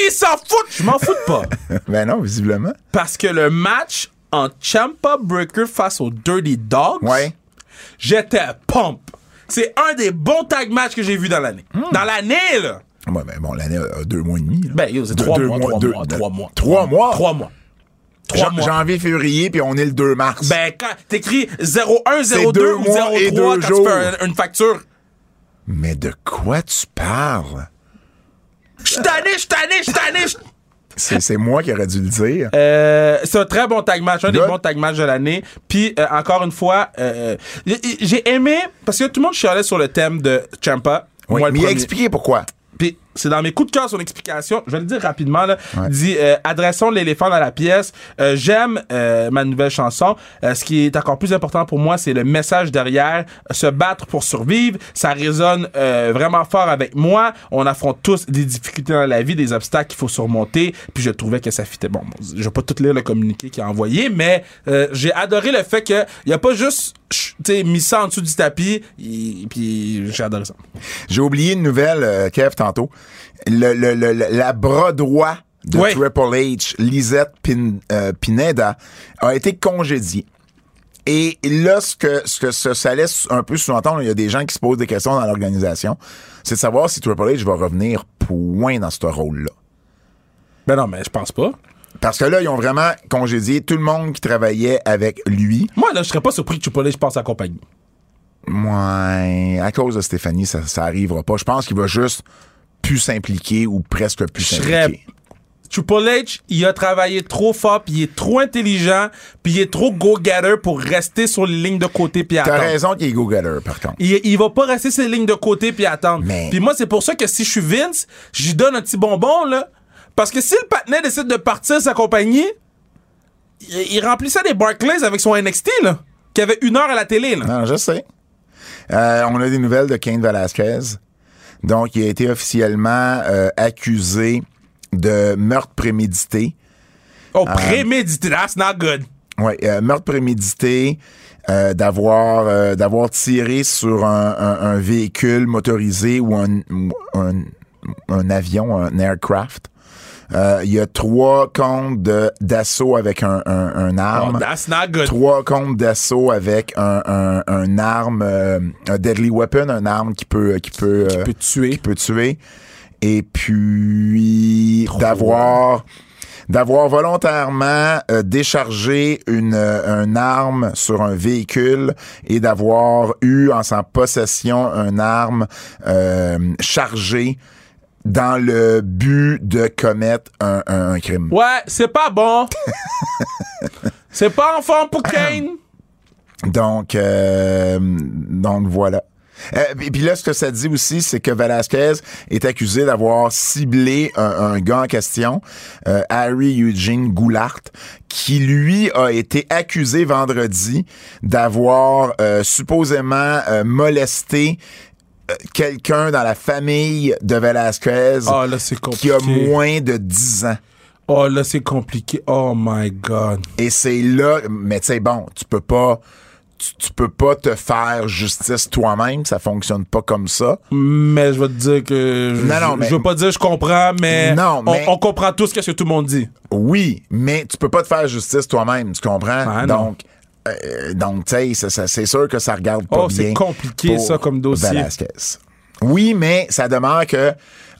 S3: Ils s'en foutent! Je m'en fous de pas. [laughs]
S2: Ben non, visiblement.
S3: Parce que le match en Champa Breaker face aux Dirty Dogs,
S2: Ouais.
S3: j'étais pompe. C'est un des bons tag matchs que j'ai vu dans l'année.
S2: Hmm.
S3: Dans l'année, là!
S2: Ouais, ben bon, l'année a a deux mois et demi. là.
S3: Ben, yo, c'est
S2: Deux-
S3: trois,
S2: deux
S3: mois, trois,
S2: deux-
S3: mois,
S2: deux-
S3: trois mois,
S2: Trois mois.
S3: Trois mois. Trois
S2: Jan-
S3: mois.
S2: Janvier, février, puis on est le 2 mars.
S3: Ben, quand t'écris 01,
S2: C'est
S3: 02
S2: deux
S3: ou
S2: mois et
S3: 03
S2: deux
S3: quand
S2: jours.
S3: tu fais un- une facture,
S2: Mais de quoi tu parles?
S3: je suis tanné, je suis tanné, je suis tanné, je suis-
S2: C'est c'est moi qui aurais dû le dire.
S3: Euh, c'est un très bon tag match, un des
S2: Good.
S3: bons tag match de l'année. Puis euh, encore une fois, euh, euh, j'ai aimé parce que tout le monde chialait sur le thème de Champa.
S2: Oui,
S3: Moi, le
S2: mais il a
S3: premier.
S2: expliqué pourquoi.
S3: Puis c'est dans mes coups de cœur son explication. Je vais le dire rapidement. Là.
S2: Ouais.
S3: Il dit euh, adressons l'éléphant dans la pièce. Euh, J'aime euh, ma nouvelle chanson. Euh, ce qui est encore plus important pour moi, c'est le message derrière. Se battre pour survivre, ça résonne euh, vraiment fort avec moi. On affronte tous des difficultés dans la vie, des obstacles qu'il faut surmonter. Puis je trouvais que ça fitait. Bon, je vais pas tout lire le communiqué qu'il a envoyé, mais euh, j'ai adoré le fait que il y a pas juste ch- tu sais, mis ça en dessous du tapis. Il- Puis j'ai adoré ça.
S2: J'ai oublié une nouvelle, euh, Kev, tantôt. Le, le- le- le- la bras droit de
S3: Oui.
S2: Triple H, Lisette Pin- euh, Pineda, a été congédiée. Et là, ce que, ce que ce- ça laisse un peu sous-entendre, il y a des gens qui se posent des questions dans l'organisation, c'est de savoir si Triple H va revenir point dans ce rôle-là.
S3: Ben non, mais je pense pas.
S2: Parce que là, ils ont vraiment congédié tout le monde qui travaillait avec lui.
S3: Moi, là, je serais pas surpris que Chipotle, je passe à la compagnie.
S2: Ouais, à cause de Stéphanie, ça, ça arrivera pas. Je pense qu'il va juste plus s'impliquer ou presque plus
S3: Je serais.
S2: s'impliquer.
S3: Triple H, il a travaillé trop fort, puis il est trop intelligent, puis il est trop go-getter pour rester sur les lignes de côté puis
S2: T'as
S3: attendre.
S2: raison qu'il est go-getter, par contre.
S3: Il, il va pas rester sur les lignes de côté puis attendre.
S2: Mais-
S3: Puis moi, c'est pour ça que si je suis Vince, j'y donne un petit bonbon, là. Parce que si le patinet décide de partir sa compagnie, il, il remplissait des Barclays avec son NXT, là, qui avait une heure à la télé, là.
S2: Non, je sais. Euh, on a des nouvelles de Kane Velasquez. Donc, il a été officiellement euh, accusé de meurtre prémédité. Ah.
S3: Oh, prémédité, that's not good.
S2: Ouais, euh, meurtre prémédité, euh, d'avoir euh, d'avoir tiré sur un, un- un véhicule motorisé ou un, un, un avion, un aircraft. Euh, Il y a trois comptes de- d'assaut avec un, un, un
S3: Oh,
S2: arme.
S3: that's not good.
S2: Trois comptes d'assaut avec un, un, un arme, euh, un deadly weapon, un arme qui peut qui peut, euh,
S3: peut tuer.
S2: qui peut tuer. Et puis d'avoir d'avoir volontairement euh, déchargé une euh, une arme sur un véhicule et d'avoir eu en sa possession une arme euh, chargée dans le but de commettre un, un- un crime.
S3: Ouais, c'est pas [laughs] bon. c'est pas en forme pour Kane.
S2: Donc, euh, donc voilà. Euh, et puis là, ce que ça dit aussi, c'est que Velasquez est accusé d'avoir ciblé un, un gars en question, euh, Harry Eugene Goulart, qui lui a été accusé vendredi d'avoir euh, supposément euh, molesté euh, quelqu'un dans la famille de Velasquez
S3: Oh, là, c'est
S2: qui a
S3: compliqué.
S2: moins de 10 ans.
S3: Oh, là, c'est compliqué. Oh, my God.
S2: Et c'est là, mais tu sais, bon, tu peux pas, tu, tu peux pas te faire justice toi-même, ça fonctionne pas comme ça.
S3: Mais je vais te dire que. Je,
S2: Non, non,
S3: je-
S2: mais-
S3: je veux pas dire je comprends, mais.
S2: Non,
S3: on-
S2: mais-
S3: On, comprend tout ce que tout le monde dit.
S2: Oui, mais tu peux pas te faire justice toi-même, tu comprends?
S3: Ah, non.
S2: donc, euh, donc tu sais, ça- ça- c'est sûr que ça regarde pas
S3: Oh, c'est
S2: bien
S3: compliqué,
S2: pour
S3: ça, comme dossier.
S2: Velasquez. Oui, mais ça demeure que,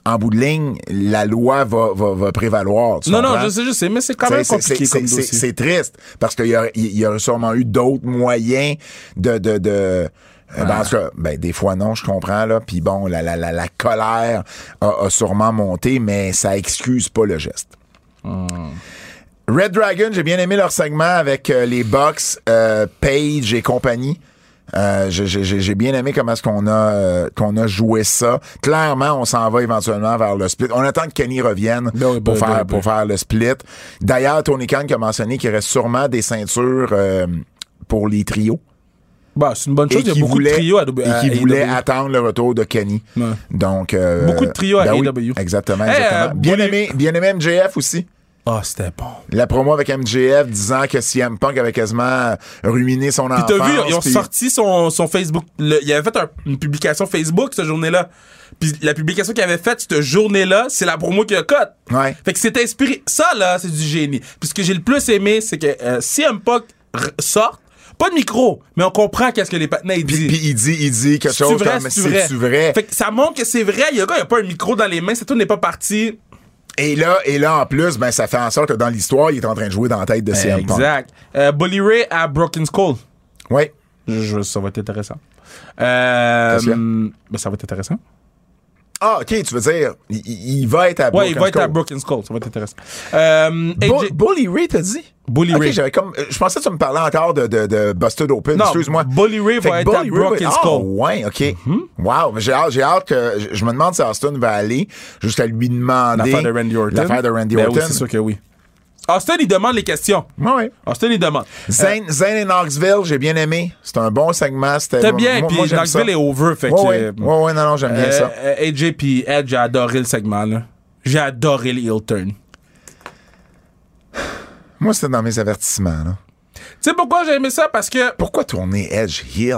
S2: en bout de ligne, la loi va, va, va prévaloir. tu
S3: Non, non,
S2: comprends?
S3: je sais, je sais, mais c'est quand
S2: C'est-
S3: même
S2: c'est-
S3: compliqué
S2: c'est-
S3: comme
S2: c'est-
S3: dossier.
S2: C'est triste parce qu'il y, a- il y aurait sûrement eu d'autres moyens de. de, de euh, ben, en
S3: Ah.
S2: tout cas, ben, des fois non, je comprends là. Puis bon, la, la, la, la colère a, a sûrement monté, mais ça excuse pas le geste. Red Dragon, j'ai bien aimé leur segment avec euh, les Box, euh, Page et compagnie. Euh, j'ai- j'ai j'ai- j'ai bien aimé comment est-ce qu'on a euh, qu'on a joué ça. Clairement, on s'en va éventuellement vers le split. On attend que Kenny revienne
S3: Ben oui, ben,
S2: pour,
S3: ben,
S2: faire,
S3: ben.
S2: pour faire le split. D'ailleurs, Tony Khan qui a mentionné qu'il reste sûrement des ceintures euh, pour les trios.
S3: Bah, c'est une bonne chose.
S2: Et
S3: Il y a
S2: qui
S3: beaucoup de
S2: voulait,
S3: trios à W-
S2: et
S3: à
S2: qui voulait
S3: AEW.
S2: attendre le retour de Kenny.
S3: Ouais.
S2: Donc euh,
S3: Beaucoup de trios à
S2: ben oui,
S3: AEW.
S2: exactement,
S3: Hey,
S2: exactement.
S3: euh,
S2: bien
S3: Bully-
S2: aimé, bien aimé MJF aussi.
S3: Ah, c'était bon.
S2: La promo avec MJF disant que CM Punk avait quasiment ruiné son
S3: Ah, Puis
S2: enfance.
S3: t'as vu, ils ont
S2: puis-
S3: sorti son, son Facebook. le- il avait fait un- une publication Facebook cette journée-là. Puis la publication qu'il avait faite cette journée-là, c'est la promo qu'il a cote.
S2: Ouais.
S3: Fait que c'est inspiré. Ça, là, c'est du génie. Puis ce que j'ai le plus aimé, c'est que euh, CM Punk r- sort, pas de micro, mais on comprend qu'est-ce que les patinets ils
S2: Puis,
S3: disent.
S2: puis il dit, il dit quelque
S3: C'est-tu
S2: chose
S3: vrai,
S2: comme
S3: c'est-tu
S2: c'est vrai.
S3: Fait que ça montre que c'est vrai. Il y a le gars, il a pas un micro dans les mains, c'est tout n'est pas parti.
S2: Et là, et là, en plus, ben, ça fait en sorte que dans l'histoire, il est en train de jouer dans la tête de CM Punk.
S3: exact. Euh, Bully Ray à Broken Skull.
S2: Ouais.
S3: Je- je- ça va être intéressant. Euh,
S2: Qu'est-ce qu'il y a?
S3: ben, ça va être intéressant.
S2: Ah, ok, tu veux dire, il, il- il va être à
S3: Ouais, il
S2: Broken
S3: va être à
S2: Skull.
S3: Broken Skull, ça va être intéressant. Euh,
S2: Bull-
S3: AJ
S2: Bully Ray, t'as dit?
S3: Bully
S2: Ok,
S3: Ray.
S2: j'avais comme, euh, je pensais que tu me parlais encore de, de, de Busted Open.
S3: Non,
S2: Excuse-moi.
S3: Bully Ray
S2: Fait
S3: va
S2: que
S3: être à
S2: Bully Ray va-
S3: Broken
S2: Ah,
S3: Skull. Mm-hmm.
S2: ouais, ok. Wow, mais j'ai hâte, j'ai hâte que, je, je me demande si Austin va aller jusqu'à lui demander.
S3: L'affaire de Randy Orton.
S2: L'affaire de Randy
S3: Ben oui,
S2: Orton.
S3: c'est sûr que oui. Austin, il demande les questions.
S2: Ouais, ouais.
S3: Austin, il demande. Euh,
S2: Zane, Zane et Knoxville, j'ai bien aimé. C'était un bon segment. C'était
S3: T'as
S2: moi-
S3: bien,
S2: moi-
S3: puis
S2: moi, j'aime
S3: Knoxville
S2: ça.
S3: est over, fait
S2: Ouais,
S3: que.
S2: ouais. Ouais, ouais, non, non, j'aime bien
S3: Euh,
S2: ça.
S3: euh, AJ puis Ed, j'ai adoré le segment, là. J'ai adoré le heel turn.
S2: Moi, c'était dans mes avertissements. là.
S3: Tu sais pourquoi j'ai aimé ça? Parce que.
S2: Pourquoi tourner Edge Hill?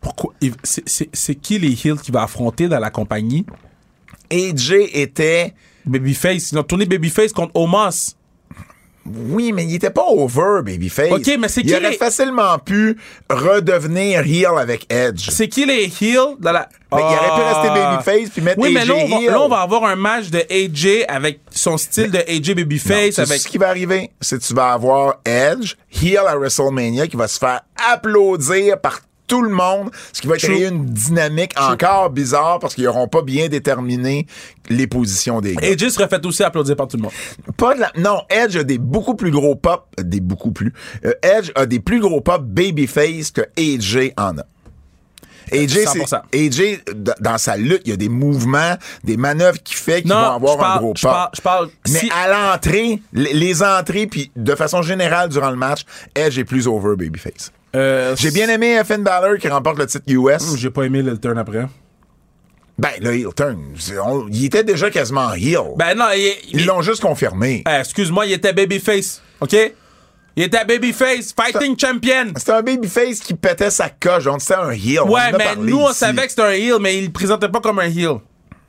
S3: Pourquoi? il- c'est- C'est c'est qui les heels qu'il va affronter dans la compagnie?
S2: AJ était.
S3: Babyface. Ils ont tourné Babyface contre Omos.
S2: Oui, mais il était pas over, Babyface.
S3: Ok, mais c'est qui
S2: Il aurait
S3: les-
S2: facilement pu redevenir Hill avec Edge.
S3: C'est qui les heels dans la.
S2: Mais Ben, il aurait pu
S3: Ah.
S2: rester Babyface puis mettre
S3: Oui, mais
S2: AJ
S3: là on, va,
S2: heel.
S3: là, on va avoir un match de AJ avec son style de AJ Babyface.
S2: C'est
S3: avec...
S2: ce qui va arriver, c'est que tu vas avoir Edge, Hill à WrestleMania, qui va se faire applaudir par tout le monde, ce qui va
S3: True.
S2: créer une dynamique encore bizarre parce qu'ils n'auront pas bien déterminé les positions des gars.
S3: AJ serait fait aussi applaudir par tout le monde.
S2: Pas de la- Non, Edge a des beaucoup plus gros pop, des beaucoup plus. euh, Edge a des plus gros pop babyface que AJ en a. AJ, c'est-
S3: 100%.
S2: AJ, d- dans sa lutte, il y a des mouvements, des manœuvres qui fait qu'il va avoir
S3: je parle,
S2: un gros pop.
S3: je parle, je parle-
S2: Mais
S3: si-
S2: à l'entrée, l- les entrées, puis de façon générale durant le match, Edge est plus over babyface.
S3: Euh,
S2: J'ai bien aimé Finn Balor qui remporte le titre US.
S3: J'ai pas aimé le turn après.
S2: Ben, le heel turn, c'est- on- il était déjà quasiment heel.
S3: Ben non, il- il-
S2: Ils l'ont juste confirmé.
S3: Eh, excuse-moi, il était babyface, OK? Il était babyface, fighting champion.
S2: C'était un babyface qui pétait sa coche, donc c'était un heel. On en
S3: Ouais,
S2: a
S3: mais
S2: parlé
S3: nous, on
S2: ici.
S3: savait que c'était un heel, mais il le présentait pas comme un heel.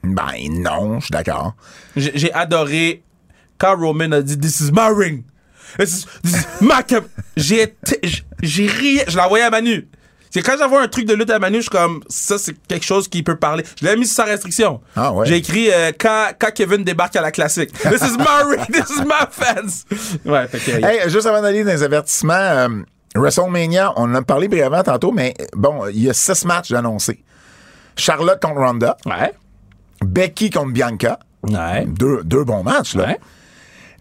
S2: Ben non, je suis d'accord.
S3: J'ai j'ai adoré quand Roman a dit This is my ring. This is, this is my
S2: [laughs]
S3: cap. J'ai été- j'- j'ai ri. Je l'envoyais à Manu. C'est quand j'envoie un truc de lutte à Manu, je suis comme ça, c'est quelque chose qui peut parler. Je l'ai mis sans restriction.
S2: Ah ouais.
S3: J'ai écrit euh, quand, quand Kevin débarque à la classique. This is my ring. [laughs] This is my fans. Ouais, fait que.
S2: Hey, juste avant d'aller dans les avertissements, euh, WrestleMania, on en a parlé brièvement tantôt, mais euh, bon, il y a six matchs d'annoncés. Charlotte contre Ronda,
S3: Ouais.
S2: Becky contre Bianca.
S3: Ouais.
S2: Deux, deux bons matchs, là.
S3: Ouais.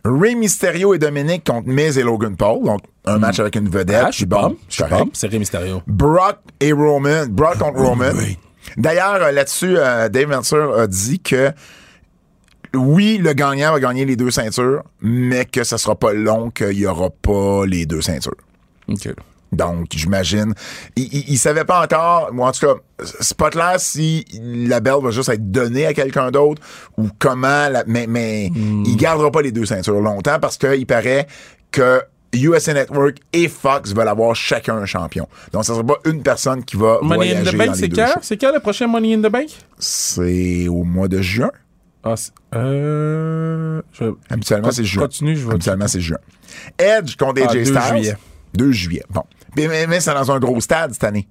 S2: Ray Mysterio et Dominique contre Miz et Logan Paul. Donc, un match avec une vedette.
S3: Hmm. Ah, je suis
S2: puis bon,
S3: bon. Je suis
S2: correct.
S3: bon. C'est Ré Mysterio.
S2: Brock et Roman. Brock contre Roman. D'ailleurs, euh, là-dessus, euh, Dave Meltzer a dit que oui, le gagnant va gagner les deux ceintures, mais que ce sera pas long qu'il y aura pas les deux ceintures.
S3: OK.
S2: Donc, j'imagine. Il, il, il savait pas encore, ou en tout cas, c'est pas clair si la belle va juste être donnée à quelqu'un d'autre ou comment, la- mais, mais
S3: Hmm.
S2: il gardera pas les deux ceintures longtemps parce qu'il paraît que USA Network et Fox veulent avoir chacun un champion. Donc, ce sera pas une personne qui va
S3: Money in
S2: voyager
S3: the
S2: dans
S3: Bank,
S2: les
S3: c'est
S2: deux
S3: quand?
S2: shows.
S3: C'est quand le prochain Money in the Bank?
S2: C'est au mois de juin.
S3: Ah, c'est- euh, je vais-
S2: Habituellement,
S3: Con-
S2: c'est juin.
S3: Continue, je vais.
S2: Habituellement, c'est juin. Edge contre
S3: Ah,
S2: AJ
S3: 2
S2: Styles.
S3: juillet.
S2: 2 juillet. Bon. Mais, mais- mais c'est dans un gros stade cette année.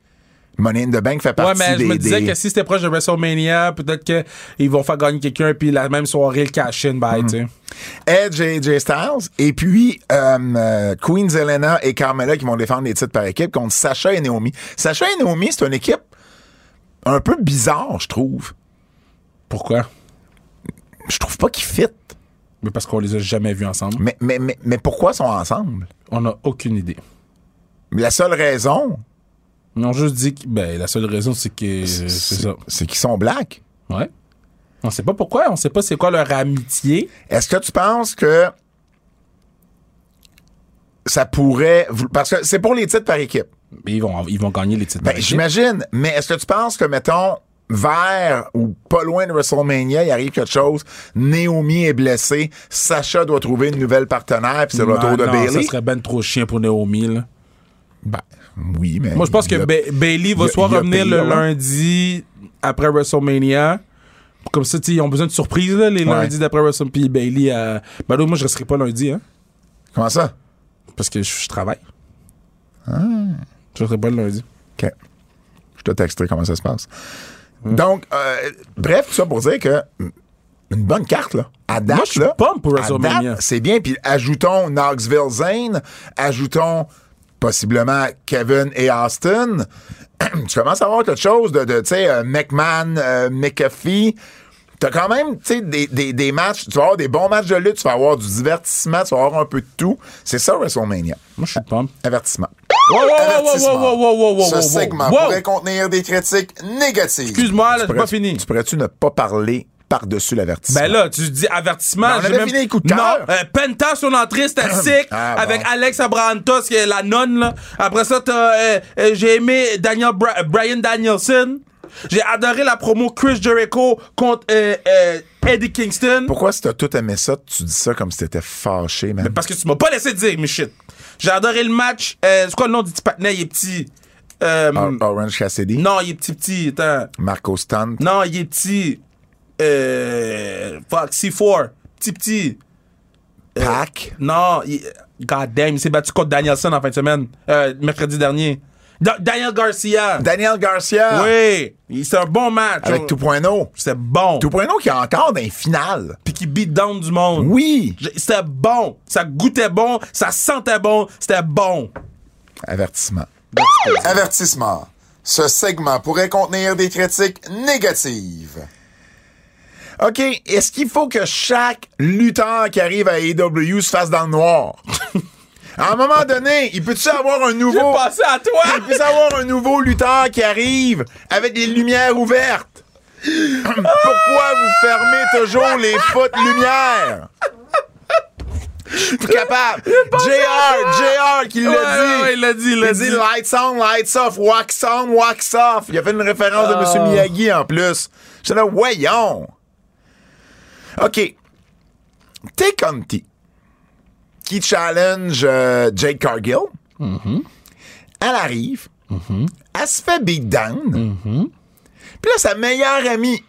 S2: Money in the Bank fait
S3: Ouais,
S2: partie
S3: mais
S2: des...
S3: je me disais
S2: des-
S3: que si c'était proche de WrestleMania, peut-être qu'ils vont faire gagner quelqu'un, puis la même soirée, le cash-in, bye, tu sais.
S2: Edge et AJ Styles. Et puis, euh, euh, Queen Zelena et Carmella qui vont défendre les titres par équipe contre Sacha et Naomi. Sacha et Naomi, c'est une équipe un peu bizarre, je trouve.
S3: Pourquoi?
S2: Je trouve pas qu'ils fit.
S3: Mais parce qu'on les a jamais vus ensemble.
S2: Mais, mais, mais, mais pourquoi sont ensemble?
S3: On n'a aucune idée.
S2: La seule raison,
S3: Ils ont juste dit que, ben, la seule raison, c'est que. C'est ça.
S2: c'est qu'ils sont blacks.
S3: Ouais. On sait pas pourquoi, on sait pas c'est quoi leur amitié.
S2: Est-ce que tu penses que ça pourrait. Parce que c'est pour les titres par équipe.
S3: Mais ils vont, ils vont gagner les titres.
S2: Ben,
S3: par équipe.
S2: j'imagine. Mais est-ce que tu penses que, mettons, vers ou pas loin de WrestleMania, il arrive quelque chose, Naomi est blessée, Sacha doit trouver une nouvelle partenaire, puis c'est le
S3: Non,
S2: retour de
S3: non,
S2: Bailey?
S3: Ça serait ben trop chien pour Naomi, là.
S2: Ben, oui, mais.
S3: Moi, je pense que
S2: il a-
S3: Ba- Bailey
S2: il
S3: va
S2: a-
S3: soit
S2: il a
S3: revenir
S2: payé,
S3: le
S2: ouais.
S3: lundi après WrestleMania. Comme ça, tu sais, ils ont besoin de surprises, là, les
S2: Ouais.
S3: lundis d'après WrestleMania. Puis Bailey, euh, ben, là, moi, je resterai pas lundi, hein,
S2: Comment ça?
S3: parce que je, je travaille.
S2: Ah.
S3: Je resterai pas le lundi.
S2: OK. Je te texterai comment ça se passe. Donc, euh, bref, tout ça pour dire que mm, une bonne carte, là. À date,
S3: je suis
S2: là,
S3: pumped pour
S2: à
S3: WrestleMania.
S2: date, C'est bien. Puis ajoutons Knoxville Zane, ajoutons possiblement Kevin et Austin. [clears throat] tu commences à avoir quelque chose de, de, tu sais, euh, McMahon, euh, McAfee. T'as quand même, tu sais, des, des- des matchs. Tu vas avoir des bons matchs de lutte, tu vas avoir du divertissement, tu vas avoir un peu de tout. C'est ça, WrestleMania.
S3: Moi, je suis pas.
S2: Avertissement.
S3: Wow, wow, wow,
S2: Avertissement.
S3: wow, wow, wow, wow, wow,
S5: Ce
S3: wow,
S5: segment
S3: wow.
S5: pourrait contenir des critiques négatives.
S3: Excuse-moi, là,
S2: Tu
S3: c'est pas
S2: pourrais-
S3: fini.
S2: Tu pourrais-tu ne pas parler par-dessus l'avertissement?
S3: Ben là, tu dis avertissement.
S2: Ben, on
S3: j'ai
S2: avait
S3: même-
S2: fini les coups de cœur.
S3: Non, euh, Penta, son entrée, c'était sick.
S2: Ah, bon.
S3: Avec Alex Abrantos, qui est la nonne, là. Après ça, t'as, euh, euh, j'ai aimé Daniel Bra- euh, Brian Danielson. J'ai adoré la promo Chris Jericho contre euh, euh, Eddie Kingston.
S2: Pourquoi si t'as tout aimé ça, tu dis ça comme si t'étais fâché, man?
S3: Ben Parce que tu m'as pas laissé dire, mes shit. J'ai adoré le match. Euh, c'est quoi le nom du petit patinet? Il est petit. Euh,
S2: Or- Orange Cassidy,
S3: Non, il est petit, petit. Attends.
S2: Marco Stunt,
S3: Non, il est petit. Euh, fuck, C4. Petit, petit.
S2: Pac.
S3: Non, il... God damn, il s'est battu contre Danielson en fin de semaine, euh, mercredi dernier. Da- Daniel Garcia.
S2: Daniel Garcia
S3: oui, il- c'est un bon match.
S2: avec
S3: On-
S2: Tout.0.
S3: C'était bon.
S2: Tout.0 qui est encore dans les finales.
S3: Puis qui beat down du monde.
S2: Oui!
S3: J- C'était bon. Ça goûtait bon. Ça sentait bon. C'était bon.
S2: Avertissement.
S5: Avertissement. Ce segment pourrait contenir des critiques négatives.
S2: OK, est-ce qu'il faut que chaque lutteur qui arrive à AEW se fasse dans le noir? [laughs] à un moment donné, il peut-tu avoir un
S3: J'ai
S2: nouveau...
S3: passé à
S2: Il
S3: [laughs] toi.
S2: peut avoir un nouveau lutteur qui arrive avec des lumières ouvertes. [clears throat] Pourquoi vous fermez toujours les fautes lumières? Plus capable. JR, JR qui l'a dit.
S3: Ouais, ouais, ouais, il l'a dit, il l'a dit.
S2: lights on, lights off, wax on, wax off. Il a fait une référence de
S3: Ah.
S2: Monsieur Miyagi en plus. J'étais là, voyons. OK. T. Conti, qui challenge euh, Jade Cargill,
S3: Mm-hmm.
S2: elle arrive, elle se fait beat down.
S3: Mm-hmm.
S2: Puis là, sa meilleure amie,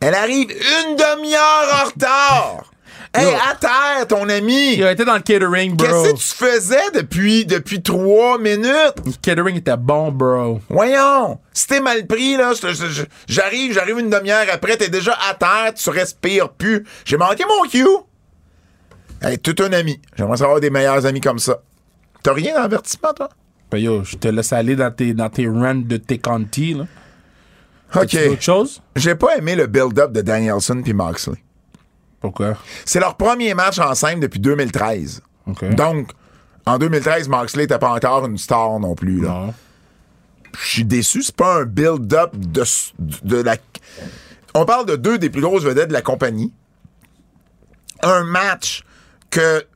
S2: elle arrive une demi-heure en retard. Hey, à terre, ton ami!
S3: Il a été dans le catering, bro.
S2: Qu'est-ce que tu faisais depuis, depuis trois minutes?
S3: Le catering était bon, bro.
S2: Voyons! Si t'es mal pris, là, je- je- je- j'arrive, j'arrive une demi-heure après, t'es déjà à terre, tu respires plus. J'ai manqué mon cue! Hey, tout un ami. J'aimerais savoir des meilleurs amis comme ça. T'as rien d'avertissement, toi?
S3: Ben yo, je te laisse aller dans tes, dans tes runs de tes conti, là.
S2: OK.
S3: C'est autre chose?
S2: J'ai pas aimé le build-up de Danielson puis Moxley.
S3: Pourquoi?
S2: C'est leur premier match ensemble depuis 2013.
S3: OK.
S2: Donc, en 2013, Moxley était pas encore une star non plus. Là.
S3: Non.
S2: je suis déçu. C'est pas un build-up de, s- de la. On parle de deux des plus grosses vedettes de la compagnie. Un match que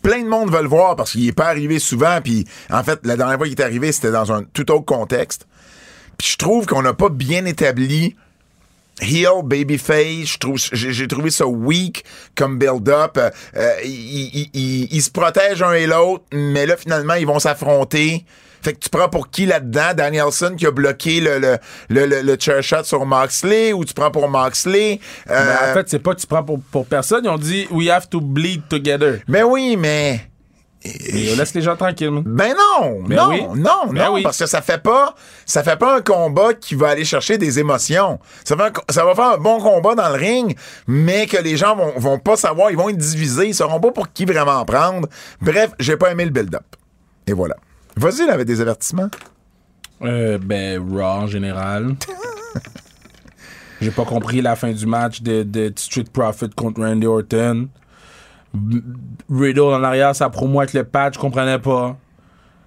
S2: plein de monde veut le voir parce qu'il est pas arrivé souvent. Puis en fait, la dernière fois qu'il est arrivé, c'était dans un tout autre contexte. Puis je trouve qu'on n'a pas bien établi heel, babyface. Je trouve, j'ai, j'ai trouvé ça weak comme build-up. Euh, euh, ils, ils- ils- ils se protègent un et l'autre, mais là, finalement, ils vont s'affronter. Fait que tu prends pour qui là-dedans? Danielson qui a bloqué le, le, le, le- le chair shot sur Moxley ou tu prends pour Moxley? Euh,
S3: Mais Ben, en fait, c'est pas tu prends pour, pour personne. Ils ont dit We have to bleed together.
S2: mais Ben oui, mais...
S3: Et on laisse les gens tranquilles. man.
S2: Ben non,
S3: Ben
S2: non,
S3: oui.
S2: non,
S3: Ben
S2: non,
S3: oui.
S2: parce que ça fait pas, ça fait pas un combat qui va aller chercher des émotions. Ça va, ça va faire un bon combat dans le ring, mais que les gens vont, vont pas savoir, ils vont être divisés, ils sauront pas pour qui vraiment prendre. Bref, j'ai pas aimé le build-up. Et voilà. Vas-y, là, avec des avertissements.
S3: Euh, ben, Raw en [laughs] général. J'ai pas compris la fin du match de, de Street Profit contre Randy Orton. B- Riddle en arrière, sa promo avec le patch, je comprenais pas.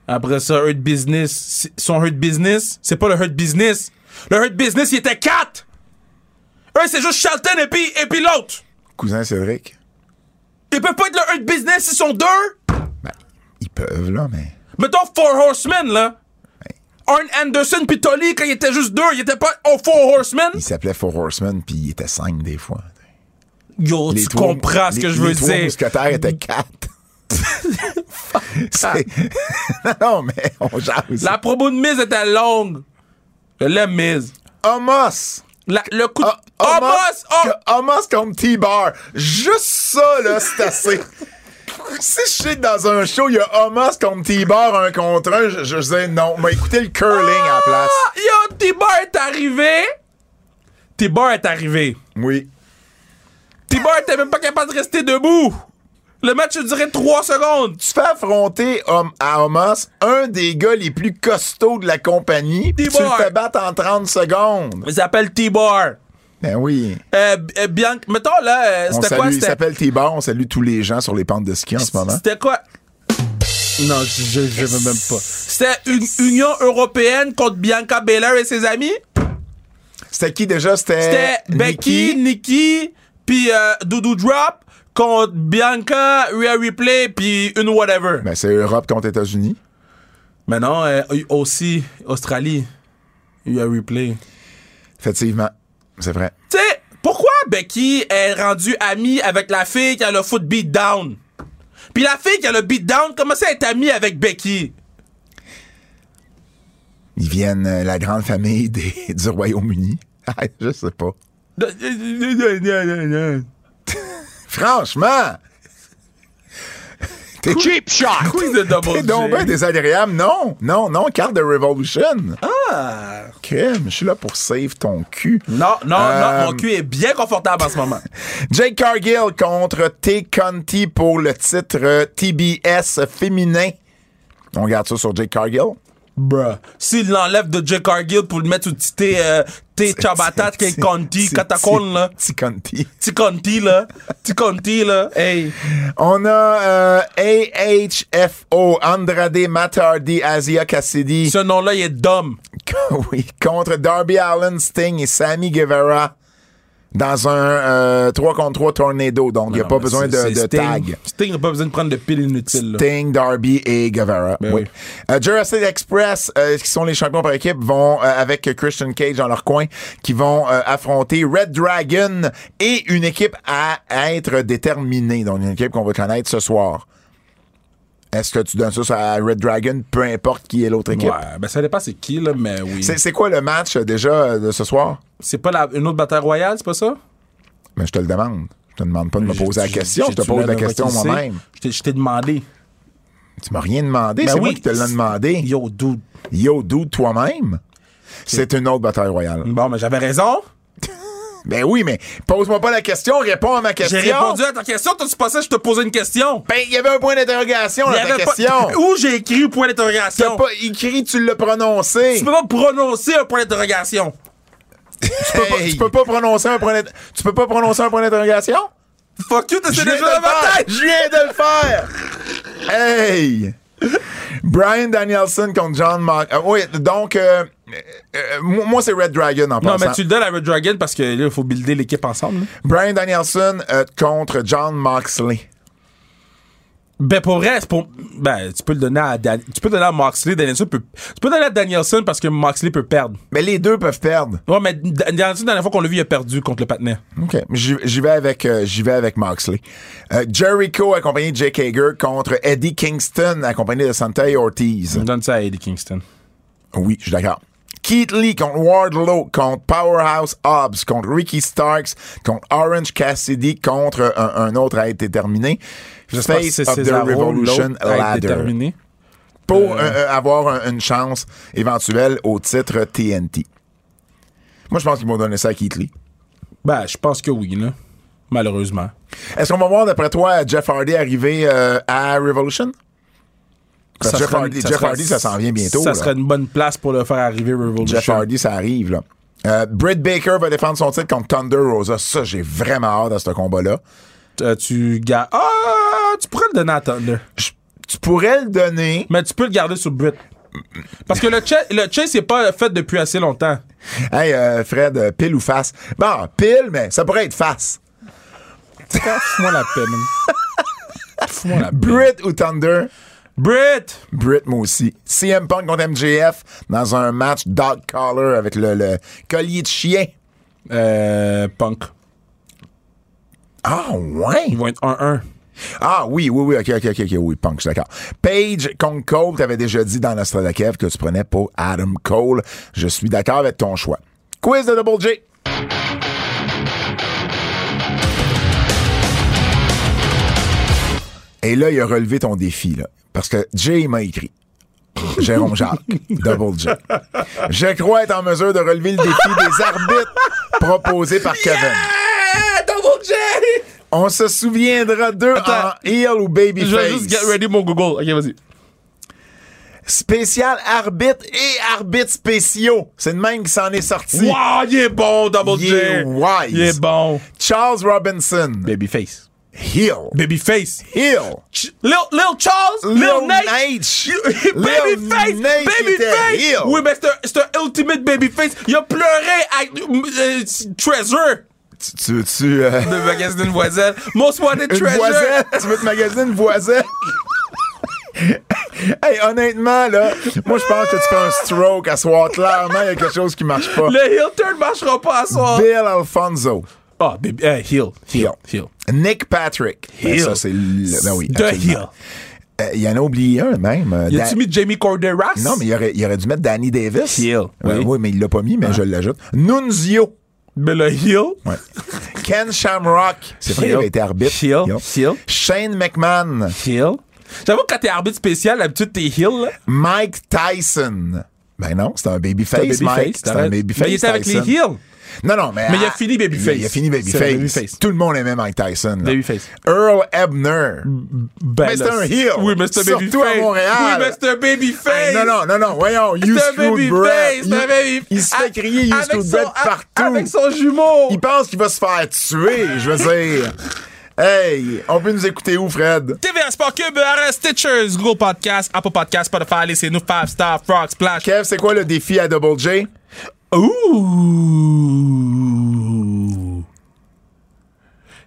S3: Après ça, Hurt Business. si- Son Hurt Business, c'est pas le Hurt Business. Le Hurt Business, il était 4! Eux, c'est juste Shelton et puis, et puis l'autre!
S2: Cousin Cédric.
S3: Ils peuvent pas être le Hurt Business, ils sont deux!
S2: Ben, ils peuvent, là, mais.
S3: Mettons Four Horsemen, là! Arn Anderson puis Tully, quand ils étaient juste deux, ils étaient pas au Four Horsemen!
S2: Ils s'appelaient Four Horsemen, puis ils étaient cinq des fois.
S3: Yo, tu
S2: trois-
S3: comprends ce
S2: les-
S3: que je veux
S2: les trois
S3: dire.
S2: mousquetaires étaient
S3: [laughs]
S2: quatre. C'est- [laughs] non, mais on jase.
S3: La promo de Miz était longue. Je l'aime, Miz.
S2: Homos.
S3: La- le coup de...
S2: Ah,
S3: Oh,
S2: Homos,
S3: boss! Oh!
S2: que- Homos contre T-Bar. Juste ça, là, c'est assez. [laughs] Si je sais que dans un show, il y a Homos contre T-Bar un contre un, je, je disais non. On va écouter le curling à la place.
S3: Ah, Yo, T-Bar est arrivé. T-Bar est arrivé.
S2: Oui.
S3: T-Bar était même pas capable de rester debout. Le match a duré 3 secondes.
S2: Tu fais affronter Hom- à Homos un des gars les plus costauds de la compagnie, puis tu le
S3: T-Bar.
S2: fais battre en 30 secondes.
S3: Il s'appelle T-Bar.
S2: Ben oui.
S3: Euh, b- euh, Bianca- Mettons, là, euh,
S2: On
S3: c'était
S2: salue,
S3: quoi?
S2: il
S3: C'était
S2: s'appelle T-Bar, on salue tous les gens sur les pentes de ski en ce moment.
S3: C'était quoi? Non, je, je, je veux même pas. C'était une Union européenne contre Bianca Belair et ses amis?
S2: C'était qui déjà? C'était
S3: C'était Becky,
S2: Nikki?
S3: Nikki, puis euh, Doudou Drop contre Bianca, Rhea Ripley, puis une whatever.
S2: Ben, c'est Europe contre États-Unis.
S3: Maintenant, euh, aussi, Australie, Rhea Ripley.
S2: Effectivement. C'est vrai.
S3: Tu sais, pourquoi Becky est rendue amie avec la fille qui a le foot beat down? Puis la fille qui a le beat down, comment ça être amie avec Becky?
S2: Ils viennent euh, la grande famille des- [laughs] du Royaume-Uni. [laughs] Ah, Je sais pas. [laughs] Franchement! T'es cheap shot!
S3: Quiz de double
S2: T'es donc
S3: J.
S2: ben désagréable. Non, non, non, carte de Revolution. Ah! Crème, je suis là pour save ton cul.
S3: Non, non,
S2: Euh,
S3: non, mon cul est bien confortable en ce moment.
S2: Jake Cargill contre T. Conti pour le titre euh, TBS féminin. On garde ça sur Jake Cargill.
S3: Bruh. S'il l'enlève de Jake Cargill pour le mettre sous Tité, euh, T. Chabatat, qui est Conti,
S2: C'est-
S3: Catacon, là.
S2: c'est- c'est Conti.
S3: T. Conti, là. T. Conti, là. Hey.
S2: On a euh, AHFO, Andrade Matardi, Asia Cassidy. Ah
S3: Ce
S2: [laughs]
S3: nom-là, il est dumb.
S2: oui, contre Darby Allen, Sting et Sammy Guevara. dans un euh, 3 contre 3 tornado. Donc, il n'y a
S3: Non,
S2: pas
S3: mais
S2: besoin
S3: c'est-
S2: de, de
S3: c'est Sting.
S2: tag.
S3: Sting n'a pas besoin de prendre de piles inutiles. là.
S2: Sting, Darby et Guevara.
S3: Ben
S2: oui.
S3: oui.
S2: Euh, Jurassic Express, euh, qui sont les champions par équipe, vont euh, avec Christian Cage dans leur coin, qui vont euh, affronter Red Dragon et une équipe à, à être déterminée. Donc une équipe qu'on va connaître ce soir. Est-ce que tu donnes ça à Red Dragon, peu importe qui est l'autre équipe?
S3: Ouais, ben ça dépend c'est qui, là, mais oui.
S2: C'est c'est quoi le match euh, déjà euh, de ce soir?
S3: C'est pas la- une autre bataille royale, c'est pas ça?
S2: Mais je te le demande. Je te demande pas de me poser la
S3: J'ai-
S2: question. Je te
S3: j'ai-tu
S2: pose
S3: l'air
S2: la
S3: d'un
S2: question
S3: rockissé?
S2: moi-même.
S3: Je t'ai- je t'ai demandé.
S2: Tu m'as rien demandé.
S3: Ben
S2: C'est
S3: oui.
S2: moi qui te l'ai demandé. Yo,
S3: Yo, dude.
S2: dude, toi-même. C'est une autre bataille royale.
S3: Bon, mais j'avais raison.
S2: Ben oui, mais pose-moi pas la question, réponds à ma
S3: J'ai
S2: question.
S3: répondu à ta question. Toi, tu pensais que je te posais une question.
S2: Ben, il y avait un point d'interrogation
S3: Il
S2: dans
S3: y
S2: ta
S3: avait pas-
S2: question.
S3: [laughs] Où j'ai écrit point
S2: T'as
S3: d'interrogation?
S2: pas écrit, tu l'as prononcé.
S3: Tu peux pas prononcer un point d'interrogation.
S2: Tu peux, pas,
S3: Hey.
S2: tu peux pas prononcer un point d'int- Tu peux pas prononcer un point d'interrogation?
S3: Fuck you, t'as
S2: Je
S3: déjà
S2: viens de
S3: dans
S2: le
S3: ma
S2: faire!
S3: tête!
S2: Je viens de le faire! Hey! Brian Danielson contre John Mox. euh, oui, donc, euh, euh, moi, moi, c'est Red Dragon en
S3: Non,
S2: passant.
S3: mais tu le donnes à Red Dragon parce que là, il faut builder l'équipe ensemble. là.
S2: Brian Danielson euh, contre John Moxley.
S3: Ben, pour vrai, c'est pour... ben, tu peux le donner à, Dan- tu peux le donner à Moxley. Danielson peut... Tu peux le donner à Danielson parce que Moxley peut perdre.
S2: Mais les deux peuvent perdre.
S3: Ouais, mais Dan- Danielson, la dernière fois qu'on l'a vu, il a perdu contre le Patnais.
S2: OK. J'y j'y vais avec, euh, j'y vais avec Moxley. Euh, Jericho accompagné de Jake Hager contre Eddie Kingston accompagné de Santay Ortiz.
S3: On donne ça à Eddie Kingston.
S2: Oui, je suis d'accord. Keith Lee contre Wardlow, contre Powerhouse Hobbs, contre Ricky Starks, contre Orange Cassidy, contre un, un autre à être déterminé.
S3: J'espère que
S2: Face
S3: c'est
S2: of the
S3: Cesaro,
S2: Revolution
S3: l'autre, à être
S2: Ladder.
S3: déterminé.
S2: Pour euh, euh, avoir un- une chance éventuelle au titre TNT. Moi, je pense qu'ils vont donner ça à Keith Lee.
S3: Ben, je pense que oui, là. Malheureusement.
S2: Est-ce qu'on va voir, d'après toi, Jeff Hardy arriver euh, à Revolution? Parce que Jeff,
S3: serait-
S2: Hardy, Jeff
S3: serait-
S2: Hardy, ça s'en vient bientôt.
S3: Ça
S2: là.
S3: serait une bonne place pour le faire arriver Revolution.
S2: Jeff Hardy, ça arrive. Là. Euh, Britt Baker va défendre son titre contre Thunder Rosa. Ça, j'ai vraiment hâte à ce combat-là.
S3: Euh, tu ga- Ah, tu pourrais le donner à Thunder.
S2: Je- Tu pourrais le donner.
S3: Mais tu peux le garder sur Brit. Parce que le chase, le chase, c'est pas fait depuis assez longtemps.
S2: Hey, euh, Fred, euh, pile ou face? Bon, pile, mais ça pourrait être face.
S3: Fous-moi la paix, man. Fous-moi la paix.
S2: Britt ou Thunder?
S3: Brit!
S2: Britt, moi aussi. CM Punk contre MJF dans un match dog collar avec le, le collier de chien.
S3: Euh, punk.
S2: Ah, ouais!
S3: Ils vont être 1-1.
S2: Ah oui, oui, oui, ok, ok, ok, ok, oui, Punk, je suis d'accord. Page contre Cole, t'avais déjà dit dans Nostradakev que tu prenais pour Adam Cole. Je suis d'accord avec ton choix. Quiz de Double J. Et là, il a relevé ton défi, là. Parce que Jay m'a écrit. Jérôme
S3: [laughs]
S2: Jacques, Double J. Je crois être en mesure de relever le défi des arbitres proposés par Kevin.
S3: Ah, Double J!
S2: On se souviendra d'eux
S3: Attends.
S2: en heel ou
S3: Je vais juste get
S2: babyface.
S3: ready mon Google. Ok, vas-y.
S2: Spécial arbitre et arbitre spéciaux. C'est le même qui s'en est sorti.
S3: Wow, il est bon, Double
S2: Il est
S3: J!
S2: wise.
S3: Il est bon.
S2: Charles Robinson.
S3: Babyface.
S2: Heel.
S3: Babyface.
S2: Heel.
S3: Ch- Lil, Lil Charles, Lil, Nate. [laughs]
S2: Lil
S3: Babyface!
S2: Nate était heel.
S3: Babyface! Oui, mais c'est un- c'est un ultimate babyface. Il a pleuré à euh, Treasure
S2: Tu, tu, tu,
S3: [laughs]
S2: euh,
S3: de magazine voisine. Most
S2: [laughs]
S3: Wanted
S2: une
S3: Treasure.
S2: voisette. Tu veux te magasiner une voisette? [laughs] hey, honnêtement, là, moi, je pense que tu fais un stroke à soir. Clairement, il y a quelque chose qui marche pas.
S3: Le heel turn marchera pas à soir.
S2: Bill Alfonso.
S3: Ah, baby, euh, heel, heel, heel.
S2: Nick Patrick. Ben,
S3: Heel.
S2: ça, c'est le- ben oui,
S3: The
S2: absolument.
S3: heel.
S2: Euh, Il y en a oublié un, même. Euh,
S3: Y a-tu
S2: Dan-
S3: mis Jamie Corderas?
S2: Non, mais il aurait, il aurait dû mettre Danny Davis.
S3: Heel,
S2: Ouais,
S3: oui.
S2: oui, mais il l'a pas mis, mais je l'ajoute. Nunzio.
S3: Mais le heel. [laughs]
S2: Ouais. Ken Shamrock. C'est vrai, il
S3: Heel.
S2: avait été arbitre.
S3: Heel.
S2: Yo.
S3: Heel.
S2: Shane McMahon.
S3: Heel. J'avoue, que quand t'es arbitre spécial, d'habitude, t'es heel, là.
S2: Mike Tyson. Ben non, c'est un babyface,
S3: T'es
S2: Mike. C'est un
S3: t'arrêtes.
S2: babyface.
S3: Mais il était avec les
S2: Tyson.
S3: heels.
S2: Non, non, mais.
S3: Mais il a
S2: ah,
S3: fini babyface.
S2: Il a fini
S3: C'est un
S2: babyface.
S3: babyface.
S2: Tout le monde aimait Mike Tyson. là.
S3: Babyface.
S2: Earl Ebner.
S3: Ben,
S2: Mais c'est
S3: là,
S2: un heel.
S3: Oui, mais c'est un
S2: Surtout
S3: babyface.
S2: à Montréal.
S3: Oui, mais c'est un babyface.
S2: Hey, non, non, non, non, voyons. You
S3: C'est un
S2: screwed
S3: babyface.
S2: bread.
S3: C'est un babyface.
S2: Il se fait
S3: Avec-
S2: crier You
S3: Ah, avec
S2: screwed
S3: son-
S2: bread
S3: a-
S2: partout.
S3: Avec son jumeau.
S2: Il pense qu'il va se faire tuer, je veux dire. Hey, on peut nous écouter où, Fred?
S3: TVA Sport Cube, RS, Stitchers, Google Podcast, Apple Podcast, Spotify, laissez-nous 5 Star, Frog Splash.
S2: Kev, c'est quoi le défi à Double J?
S3: Ouh!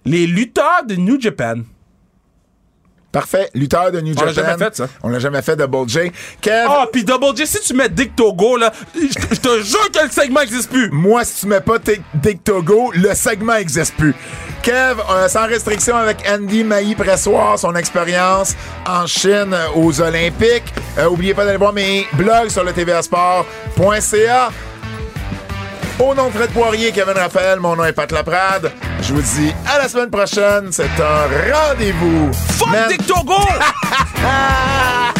S3: Les lutteurs de New Japan.
S2: Parfait. Lutteur de New
S3: On
S2: Japan.
S3: l'a jamais fait, ça.
S2: On l'a jamais fait, Double J. Kev,
S3: Ah, pis Double J, si tu mets Dick Togo, là, je je te jure que le segment n'existe plus.
S2: moi, si tu mets pas tes- Dick Togo, le segment existe plus. Kev, euh, sans restriction avec Andy Maï Pressoir, son expérience en Chine euh, aux Olympiques. Euh, oubliez pas d'aller voir mes blogs sur le tvsport.ca. Au nom de Fred Poirier, Kevin Raphaël, mon nom est Pat Laprade. Je vous dis à la semaine prochaine. C'est un rendez-vous. [laughs]
S3: Fuck
S2: Man-
S3: Dick Togo!
S2: Ah!